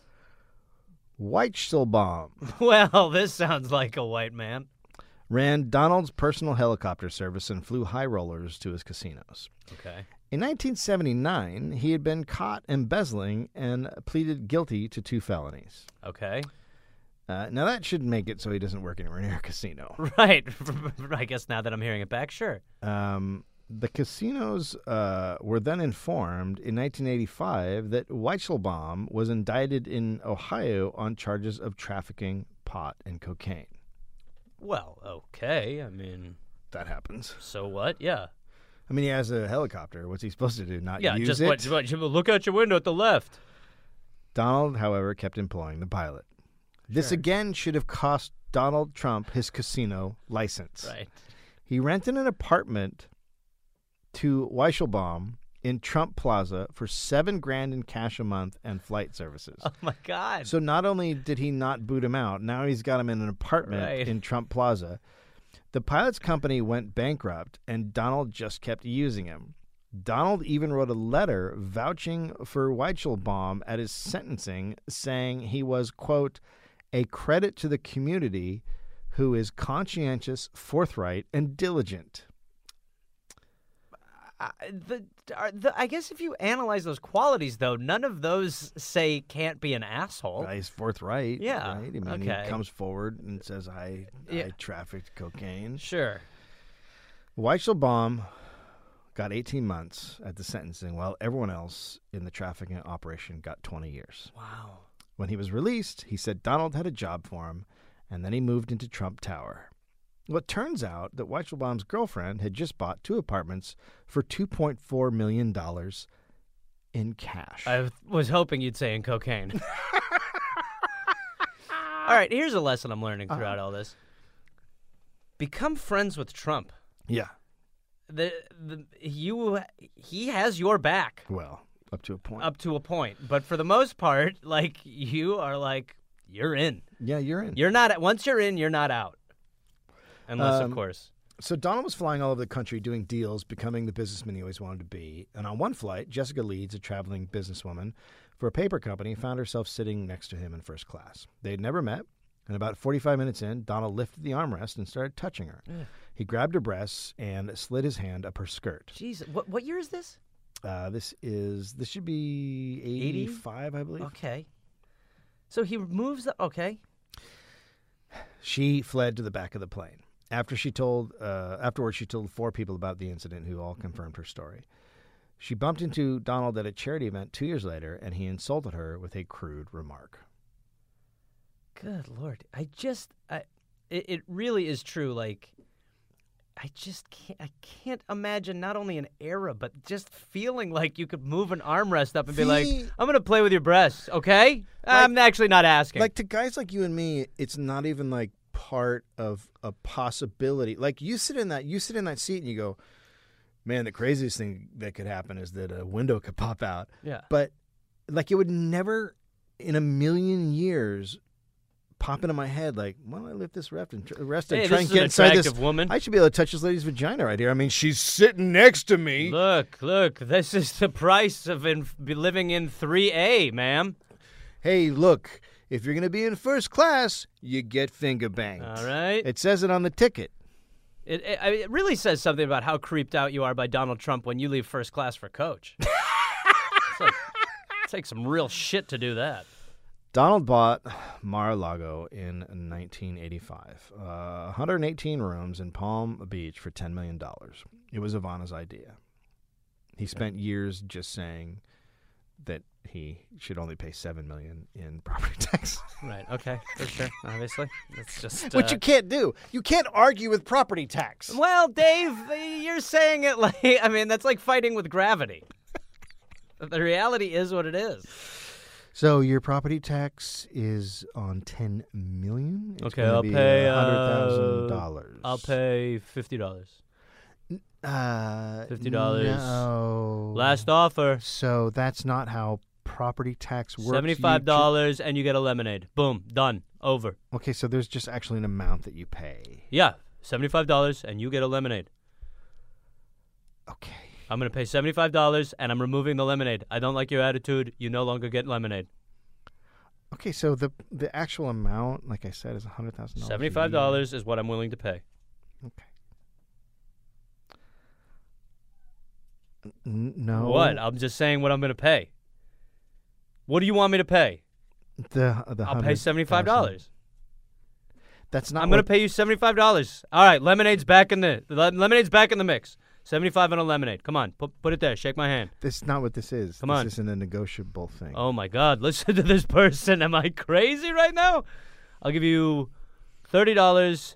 Weichelbaum Well, this sounds like a white man. ran Donald's personal helicopter service and flew high rollers to his casinos. Okay. In 1979, he had been caught embezzling and pleaded guilty to two felonies. Okay. Uh, now that should make it so he doesn't work anywhere near a casino. Right. I guess now that I'm hearing it back, sure. Um, the casinos uh, were then informed in 1985 that Weichelbaum was indicted in Ohio on charges of trafficking pot and cocaine. Well, okay. I mean, That happens. so what? Yeah. I mean, he has a helicopter. What's he supposed to do? Not Yeah, use just it? what, what, look out your window at the left. Donald, however, kept employing the pilot. This again should have cost Donald Trump his casino license. Right. He rented an apartment to Weichelbaum in Trump Plaza for seven grand in cash a month and flight services. Oh my God. So not only did he not boot him out, now he's got him in an apartment Right. in Trump Plaza. The pilot's company went bankrupt, and Donald just kept using him. Donald even wrote a letter vouching for Weichelbaum at his sentencing, saying he was, quote, a credit to the community who is conscientious, forthright, and diligent. I, Uh, the, are, the, I guess if you analyze those qualities, though, none of those say can't be an asshole. He's forthright. Oh. Yeah, Right? I mean, okay. he comes forward and says, I, Yeah. I trafficked cocaine. Sure. Weichelbaum got 18 months at the sentencing, while everyone else in the trafficking operation got 20 years. Wow. When he was released, he said Donald had a job for him, and then he moved into Trump Tower. Well, it turns out that Weichelbaum's girlfriend had just bought two apartments for $2.4 million in cash. I was hoping you'd say in cocaine. all right, here's a lesson I'm learning throughout all this become friends with Trump. yeah. The, the, you, he has your back. Well, up to a point. up to a point. But for the most part, like you are like you're in. yeah, you're in. You're not once you're in, you're not out. Unless Um, of course. So Donald was flying all over the country doing deals, becoming the businessman he always wanted to be. And on one flight, Jessica Leeds, a traveling businesswoman for a paper company, found herself sitting next to him in first class. They had never met, and about 45 minutes in, Donald lifted the armrest and started touching her. He grabbed her breasts and slid his hand up her skirt. Jeez, what what year is this? Uh, this is this should be 85, I believe. Okay. So he removes the okay. She fled to the back of the plane. After she told, uh, afterwards, she told four people about the incident who all confirmed her story. She bumped into Donald at a charity event two years later, and he insulted her with a crude remark. Good lord, I just, I, it, it really is true. Like, I just can't, I can't imagine not only an era, but just feeling like you could move an armrest up and be like, See- "I'm gonna play with your breasts," okay? I'm actually not asking. Like to guys like you and me, it's not even like part of a possibility. Like you sit in that, you sit in that seat, and you go, "Man, the craziest thing that could happen is that a window could pop out." yeah, But like it would never, in a million years, pop into my head. Like, why don't I lift this rest and tr- rest and Hey, try this and is an get inside this attractive woman. I should be able to touch this lady's vagina right here. I mean, she's sitting next to me. Look, look, this is the price of in, be living in 3A, ma'am. Hey, look, if you're gonna be in first class, you get finger banged. All right. It, It says it on the ticket. it, I mean, it really says something about how creeped out you are by Donald Trump when you leave first class for coach. it's like, take some real shit to do that. Donald bought Mar-a-Lago in 1985, uh, 118 rooms in Palm Beach for $10 million. It was Ivana's idea. He spent years just saying that he should only pay $7 million in property tax, Right. Okay. For sure. Obviously. That's just. which uh, you can't do. You can't argue with property tax. Well, Dave, you're saying it like I mean that's like fighting with gravity. the reality is what it is. So your property tax is on $10 million? It's Okay, gonna I'll be pay, uh, $100,000. I'll pay fifty dollars. Uh, $50. No. Last offer. So that's not how property tax works. You Seventy-five ju- dollars, and you get a lemonade. Boom, done, over. Okay, so there's just actually an amount that you pay. Yeah, seventy-five dollars, and you get a lemonade. Okay. I'm gonna pay seventy-five dollars, and I'm removing the lemonade. I don't like your attitude. You no longer get lemonade. Okay, so the the actual amount, like I said, is hundred thousand dollars. Seventy-five dollars is what I'm willing to pay. Okay. N- no. What? I'm just saying what I'm gonna pay. What do you want me to pay? The the I'll pay $100,000. seventy-five dollars. That's not. I'm gonna what- pay you seventy-five dollars. All right, lemonade's back in the le- lemonade's back in the mix. Seventy-five on a lemonade. Come on, put put it there. Shake my hand. This is not what this is. Come this on. isn't a negotiable thing. Oh my God, listen to this person. Am I crazy right now? I'll give you $30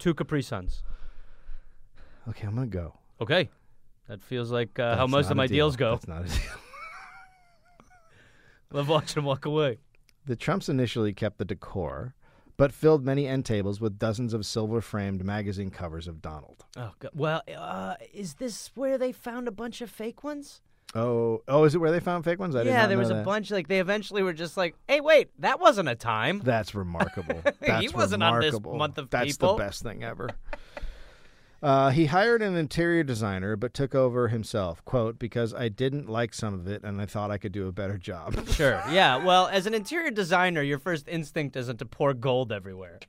to Capri Suns. Okay, I'm gonna go. Okay. That feels like uh, how That's most not a of my deal. deals go. That's not a deal. Love watching them walk away. The Trumps initially kept the decor, but filled many end tables with dozens of silver framed magazine covers of Donald. Oh, God. Well, uh, is this where they found a bunch of fake ones? Oh, oh, is it where they found fake ones? I did yeah, not there know was a that. bunch. Like, they eventually were just like, hey, wait, that wasn't a time. That's remarkable. That's wasn't on this remarkable. month of That's people. the best thing ever. Uh, he hired an interior designer, but took over himself. "Quote because I didn't like some of it, and I thought I could do a better job." Sure. Yeah. Well, as an interior designer, your first instinct isn't to pour gold everywhere.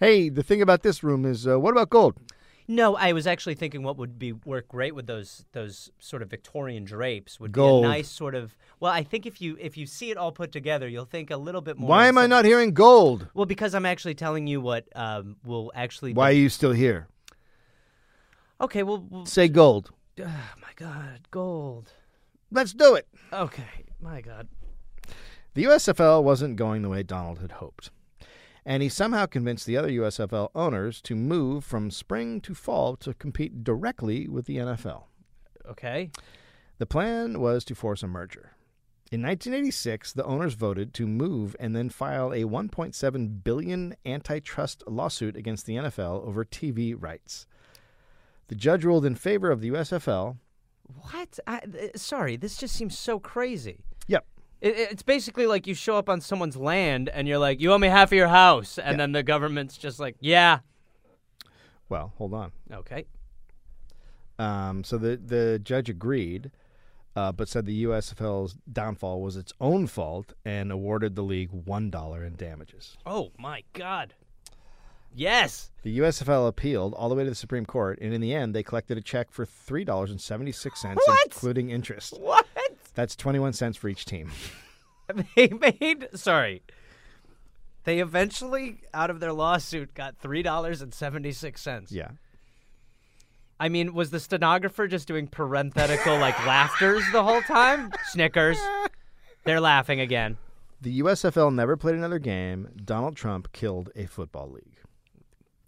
hey, the thing about this room is, uh, what about gold? No, I was actually thinking what would be work great with those those sort of Victorian drapes would Gold. be a nice sort of. Well, I think if you if you see it all put together, you'll think a little bit more. Why of am I some- not hearing gold? Well, because I'm actually telling you what um, will actually. Why are you still here? Okay. Well. well Say gold. oh my God, gold. Let's do it. Okay. My God. The USFL wasn't going the way Donald had hoped. And he somehow convinced the other USFL owners to move from spring to fall to compete directly with the NFL. Okay. The plan was to force a merger. In 1986, the owners voted to move and then file a 1.7 billion antitrust lawsuit against the NFL over TV rights. The judge ruled in favor of the USFL. What? I, th- sorry. This just seems so crazy. Yep. It, it- it's basically like you show up on someone's land and you're like, "You owe me half of your house," and then the government's just like, "Yeah." Well, hold on. Okay. Um, so the the judge agreed, uh, but said the USFL's downfall was its own fault and awarded the league one dollar in damages. Oh my God. Yes. The USFL appealed all the way to the Supreme Court, and in the end, they collected a check for three dollars and seventy six cents, What? including interest. What? That's twenty one cents for each team. They made. Sorry. They eventually, out of their lawsuit, got three dollars and seventy six cents. Yeah. I mean, was the stenographer just doing parenthetical like laughters the whole time? Snickers. They're laughing again. The USFL never played another game. Donald Trump killed a football league.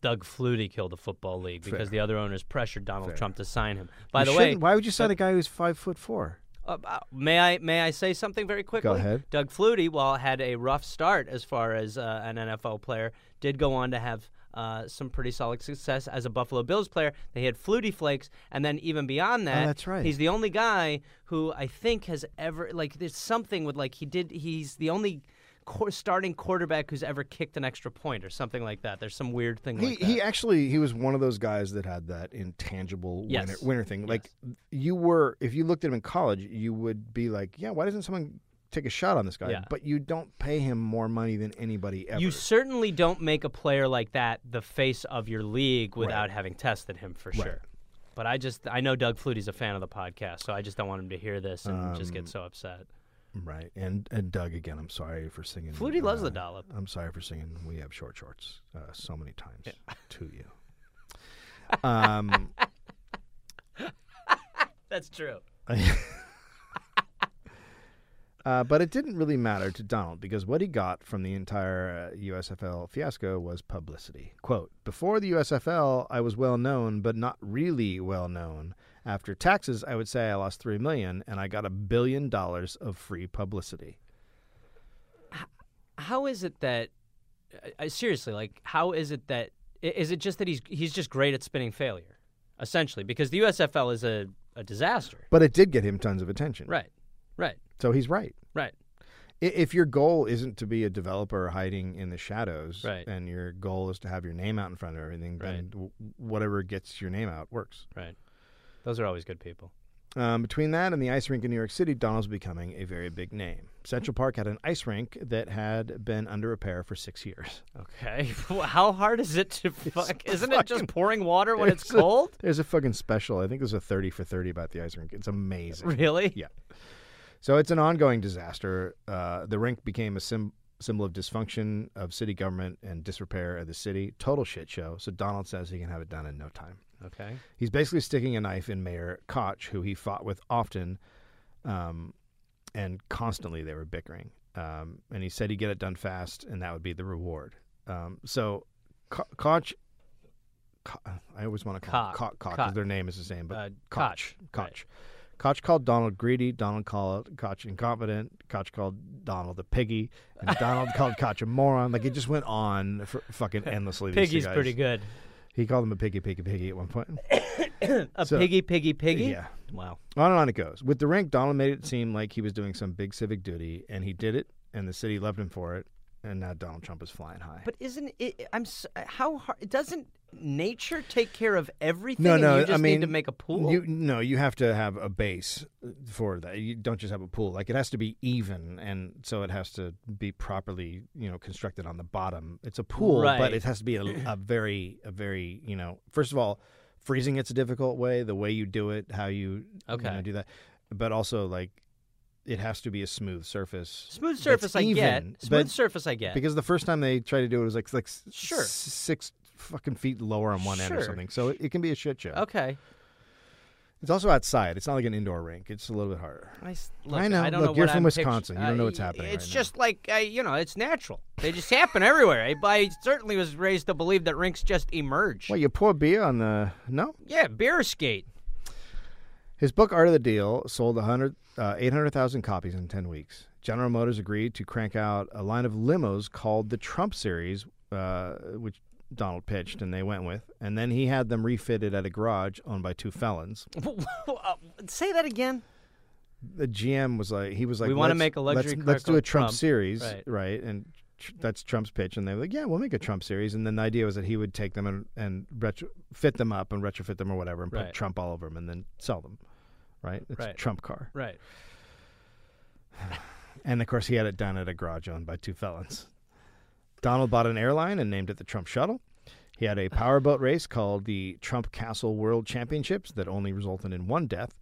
Doug Flutie killed the football league because the other owners pressured Donald Trump to sign him. By You the way, shouldn't- why would you sign a guy who's five foot four? Uh, uh, may I may I say something very quickly? ahead. Doug Flutie, while had a rough start as far as uh, an NFL player, did go on to have uh, some pretty solid success as a Buffalo Bills player. They had Flutie Flakes, and then even beyond that, Oh, that's right. He's the only guy who I think has ever like there's something with like he did. He's the only. Qu- starting quarterback who's ever kicked an extra point or something like that. There's some weird thing He like that. he actually he was one of those guys that had that intangible Yes. winner, winner thing. Like you were if you looked at him in college, you would be like, yeah, why doesn't someone take a shot on this guy? Yeah. But you don't pay him more money than anybody ever. You certainly don't make a player like that the face of your league without having tested him for sure. But I just I know Doug Flutie's a fan of the podcast, so I just don't want him to hear this and just get so upset. right. And and Doug again, I'm sorry for singing. Flutie loves uh, the dollop. I'm sorry for singing. We have short shorts uh, so many times to you. Um, That's true. uh, but it didn't really matter to Donald because what he got from the entire uh, USFL fiasco was publicity. Quote Before the USFL, I was well known, but not really well known. After taxes, I would say I lost three million and I got a billion dollars of free publicity. How is it that I, I, seriously like how is it that i- is it just that he's he's just great at spinning failure essentially because the USFL is a, a disaster. But it did get him tons of attention. Right. Right. So he's right. Right. I- If your goal isn't to be a developer hiding in the shadows, Right. and your goal is to have your name out in front of everything, then Right. w- whatever gets your name out works. Right. Those are always good people. Um, between that and the ice rink in New York City, Donald's becoming a very big name. Central Park had an ice rink that had been under repair for six years. Okay. How hard is it to fuck? Isn't it just fucking- pouring water when it's There's a- cold? there's a fucking special. I think there's a 30 for 30 about the ice rink. It's amazing. Really? Yeah. So it's an ongoing disaster. Uh, the rink became a sym symbol of dysfunction of city government and disrepair of the city. Total shit show. So Donald says he can have it done in no time. Okay. He's basically sticking a knife in Mayor Koch, who he fought with often, um, and constantly they were bickering. Um, and he said he'd get it done fast, and that would be the reward. Um, so Ko- Koch, Ko- I always want to call him Koch. Koch, Koch, 'cause Koch. their name is the same, but Uh, Koch, Koch, Koch. right. Koch called Donald greedy. Donald called Koch incompetent. Koch called Donald a piggy. And Donald called Koch a moron. Like it just went on for fucking endlessly. these two Piggy's guys. pretty good. He called him a piggy, piggy, piggy at one point. A So- piggy, piggy, piggy. Yeah. Wow. On and on it goes. With the rank, Donald made it seem like he was doing some big civic duty, and he did it, and the city loved him for it. And now Donald Trump is flying high. But isn't it? I'm. s- How hard? Doesn't nature take care of everything? no, and no, You just I mean, need to make a pool. You, no, you have to have a base uh, for that. You don't just have a pool. Like it has to be even, and so it has to be properly, you know, constructed on the bottom. It's a pool, but Right. it has to be a, a very, a very, you know, first of all, freezing it's a difficult way. The way you do it, how you, you know, Okay. do that, but also like it has to be a smooth surface. Smooth that's surface, I get. even, Smooth but- surface, I get. because the first time they tried to do it, it was like like s- Sure. six fucking feet lower on one end or Sure. something. So it, it can be a shit show. okay. It's also outside. It's not like an indoor rink. It's a little bit harder. I, s- look, know. I don't Look, know you're what from I'm Wisconsin. pictu- You don't know uh, what's happening It's right now. just like uh, you know, it's natural. They just happen everywhere. I, I certainly was raised to believe that rinks just emerge. Well, you pour beer on the no. Yeah, beer skate. His book Art of the Deal sold 100, uh, 800,000 copies in 10 weeks. General Motors agreed to crank out a line of limos called the Trump Series, uh, which Donald pitched and they went with. And then he had them refitted at a garage owned by two felons. Uh, Say that again. The GM was like, he was like, We wanna "Let's- make a luxury Let's, car let's do a called Trump, Trump." Series, right? Right. And tr- that's Trump's pitch. And they were like, yeah, we'll make a Trump Series. And then the idea was that he would take them and, and retro- fit them up and retrofit them or whatever and put Right. Trump all over them and then sell them, right? It's a Right. Trump car. Right. And of course, he had it done at a garage owned by two felons. Donald bought an airline and named it the Trump Shuttle. He had a powerboat race called the Trump Castle World Championships that only resulted in one death.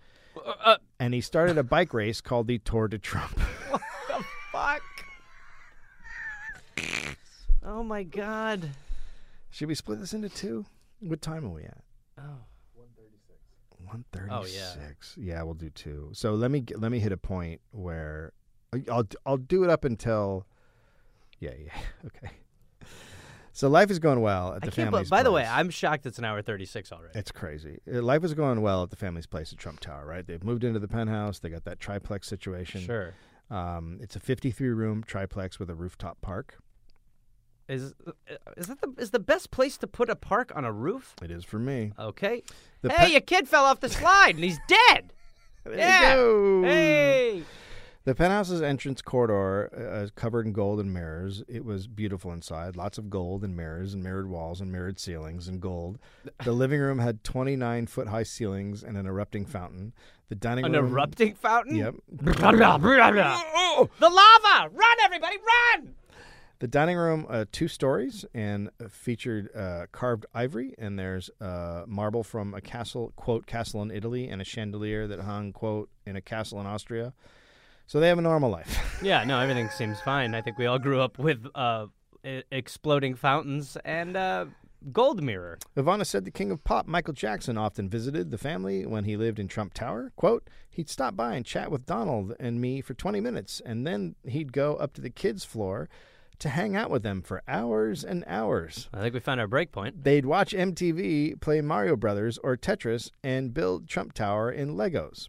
Uh, and he started a bike race called the Tour de Trump. Fuck. Oh my god. Should we split this into two? What time are we at? Oh. One Oh, thirty-six. yeah. yeah. we'll do two. So let me g- let me hit a point where I- I'll I'll do it up until. Yeah, yeah, okay. So life is going well at the I can't family's. believe, by the way, place. I'm shocked it's an hour 36 already. It's crazy. Uh, Life is going well at the family's place at Trump Tower, right? They've moved into the penthouse. They got that triplex situation. Sure. Um, it's a 53 room triplex with a rooftop park. Is uh, is that the is the best place to put a park on a roof? It is for me. Okay. The hey, pe- your kid fell off the slide and he's dead. There yeah. you go. Hey. The penthouse's entrance corridor uh, is covered in gold and mirrors. It was beautiful inside. Lots of gold and mirrors and mirrored walls and mirrored ceilings and gold. The living room had 29 foot high ceilings and an erupting fountain. The dining An room. erupting fountain? Yep. Blah, blah, blah, blah. the lava! Run, everybody, run! The dining room, uh, two stories, and featured uh, carved ivory, and there's uh, marble from a castle, quote, castle in Italy, and a chandelier that hung, quote, in a castle in Austria. So they have a normal life. Yeah, no, everything seems fine. I think we all grew up with uh, e- exploding fountains and uh, gold mirror. Ivana said the king of pop, Michael Jackson, often visited the family when he lived in Trump Tower. Quote, he'd stop by and chat with Donald and me for 20 minutes, and then he'd go up to the kids' floor to hang out with them for hours and hours. I think we found our break point. They'd watch MTV, play Mario Brothers or Tetris, and build Trump Tower in Legos.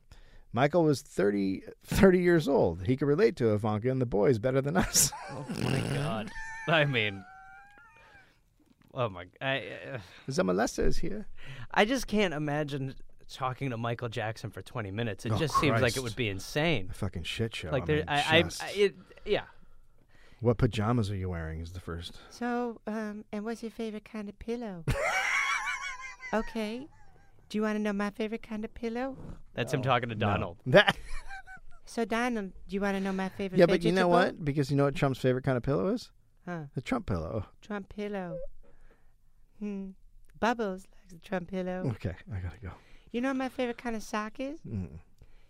Michael was 30, 30 years old. He could relate to Ivanka and the boys better than us. Oh my god. I mean, oh my. I, uh, Zamalesta is here. I just can't imagine talking to Michael Jackson for 20 minutes. It Oh, just seems like Christ. it would be insane. Fucking shit show. Like, I there, mean, I, I, just- I, it, yeah. what pajamas are you wearing? Is the first. So, um, and what's your favorite kind of pillow? okay. Do you want to know my favorite kind of pillow? That's him talking to Donald. That. So, Donald, do you want to know my favorite yeah, but you know vegetable? what? Because you know what Trump's favorite kind of pillow is? Huh. The Trump pillow. Trump pillow. Hmm. Bubbles likes the Trump pillow. Okay, I gotta go. You know what my favorite kind of sock is? Mm,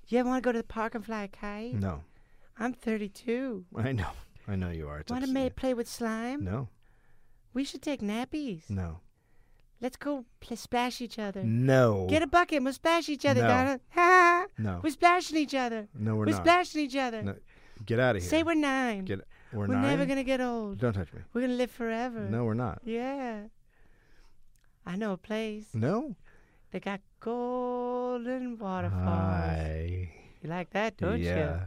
You ever want to go to the park and fly a kite? no, I'm 32. I know. I know you are. It's Want to obs- ma- play with slime? No, We should take nappies. no, Let's go pl- splash each other. no. Get a bucket. We'll splash each other, No. Donald. Ha! No. We're splashing each other. No, we're We're not. splashing each other. No, Get out of here. Say we're nine. Get, we're we're nine. never gonna get old. Don't touch me. We're gonna live forever. No, we're not. Yeah. I know a place. No. They got golden waterfalls. Hi. You like that, don't yeah. you?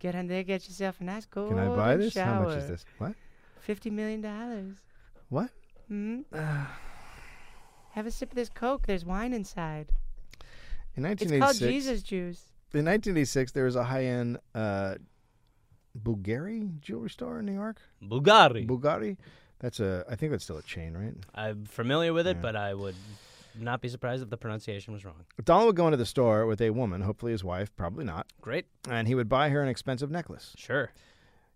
Get in there, get yourself a nice golden Can I buy this? Shower. How much is this? What? Fifty million dollars. What? Hmm. Have a sip of this Coke. There's wine inside. In It's called 1986, Jesus juice. in 1986, there was a high-end uh, Bulgari jewelry store in New York. Bulgari. Bulgari. That's a. I think that's still a chain, right? I'm familiar with it, Yeah. but I would not be surprised if the pronunciation was wrong. Donald would go into the store with a woman, hopefully his wife, probably not, Great. and he would buy her an expensive necklace. Sure.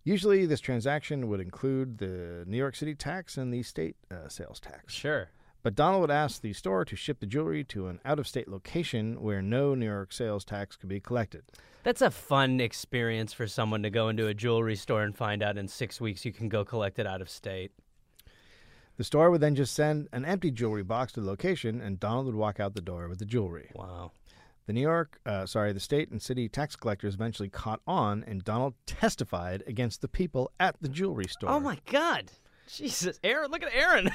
Usually, this transaction would include the New York City tax and the state uh, sales tax. Sure. But Donald would ask the store to ship the jewelry to an out of state location where no New York sales tax could be collected. That's a fun experience for someone to go into a jewelry store and find out in six weeks you can go collect it out of state. The store would then just send an empty jewelry box to the location, and Donald would walk out the door with the jewelry. Wow. The New York, uh, sorry, the state and city tax collectors eventually caught on, and Donald testified against the people at the jewelry store. Oh my God. Jesus. Aaron, look at Aaron.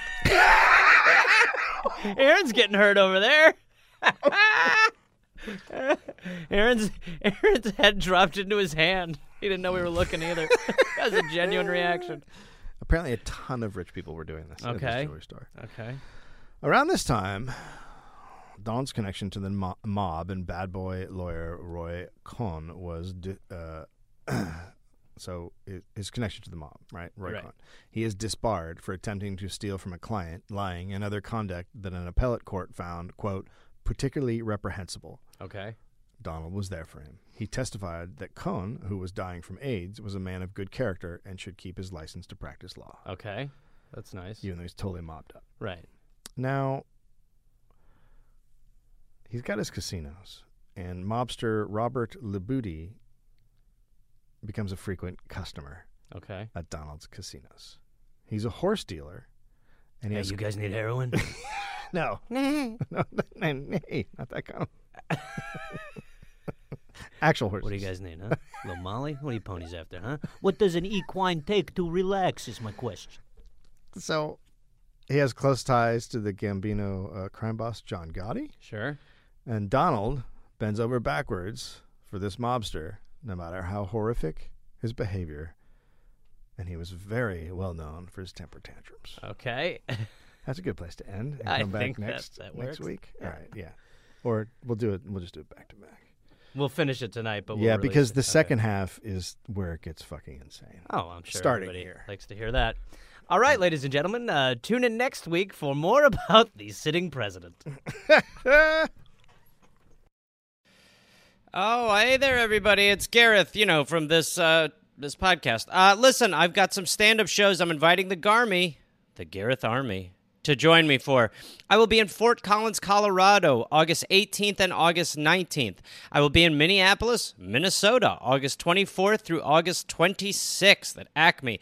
Aaron's getting hurt over there. Aaron's Aaron's head dropped into his hand. He didn't know we were looking either. that was a genuine reaction. Apparently, a ton of rich people were doing this at this Okay. jewelry store. Okay. Around this time, Donald's connection to the mo- mob and bad boy lawyer Roy Cohn was. Di- uh, so i- his connection to the mob, right? Roy Right. Cohn. He is disbarred for attempting to steal from a client, lying, and other conduct that an appellate court found, quote, particularly reprehensible. Okay. Donald was there for him. He testified that Cohn, who was dying from AIDS, was a man of good character and should keep his license to practice law, Okay. That's nice. even though he's totally mobbed up. Right. Now, he's got his casinos, and mobster Robert Labuti becomes a frequent customer Okay. at Donald's casinos. He's a horse dealer, and he Hey, has you guys need heroin? no, Nah. no, no, no, not that kind. of- Actual horses. What do you guys need, huh? Little Molly? What are you ponies after, huh? What does an equine take to relax is my question. So he has close ties to the Gambino uh, crime boss John Gotti, Sure. and Donald bends over backwards for this mobster, no matter how horrific his behavior. And he was very well known for his temper tantrums. Okay. That's a good place to end. And I come back think that- next that next works. week. All right, yeah. Or we'll do it. We'll just do it back to back. we'll finish it tonight, but we'll yeah, release because it. the Okay. second half is where it gets fucking insane. Oh, I'm sure Starting everybody here. likes to hear that. All right, ladies and gentlemen, uh, tune in next week for more about the sitting president. oh, hey there, everybody! It's Gareth, you know, from this uh, this podcast. Uh, listen, I've got some stand up shows. I'm inviting the Garmy, the Gareth Army, to join me for. I will be in Fort Collins, Colorado, August 18th and August 19th. I will be in Minneapolis, Minnesota, August 24th through August 26th at Acme.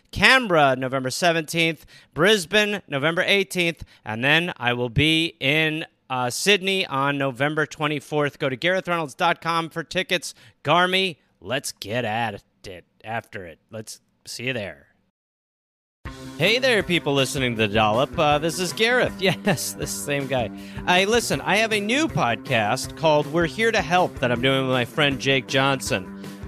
Canberra, November 17th, Brisbane, November 18th, and then I will be in uh, Sydney on November 24th. Go to GarethReynolds.com for tickets. Garmy, let's get at it after it. Let's see you there. Hey there, people listening to the Dollop. Uh, this is Gareth. Yes, this same guy. I listen. I have a new podcast called "We're Here to Help" that I'm doing with my friend Jake Johnson.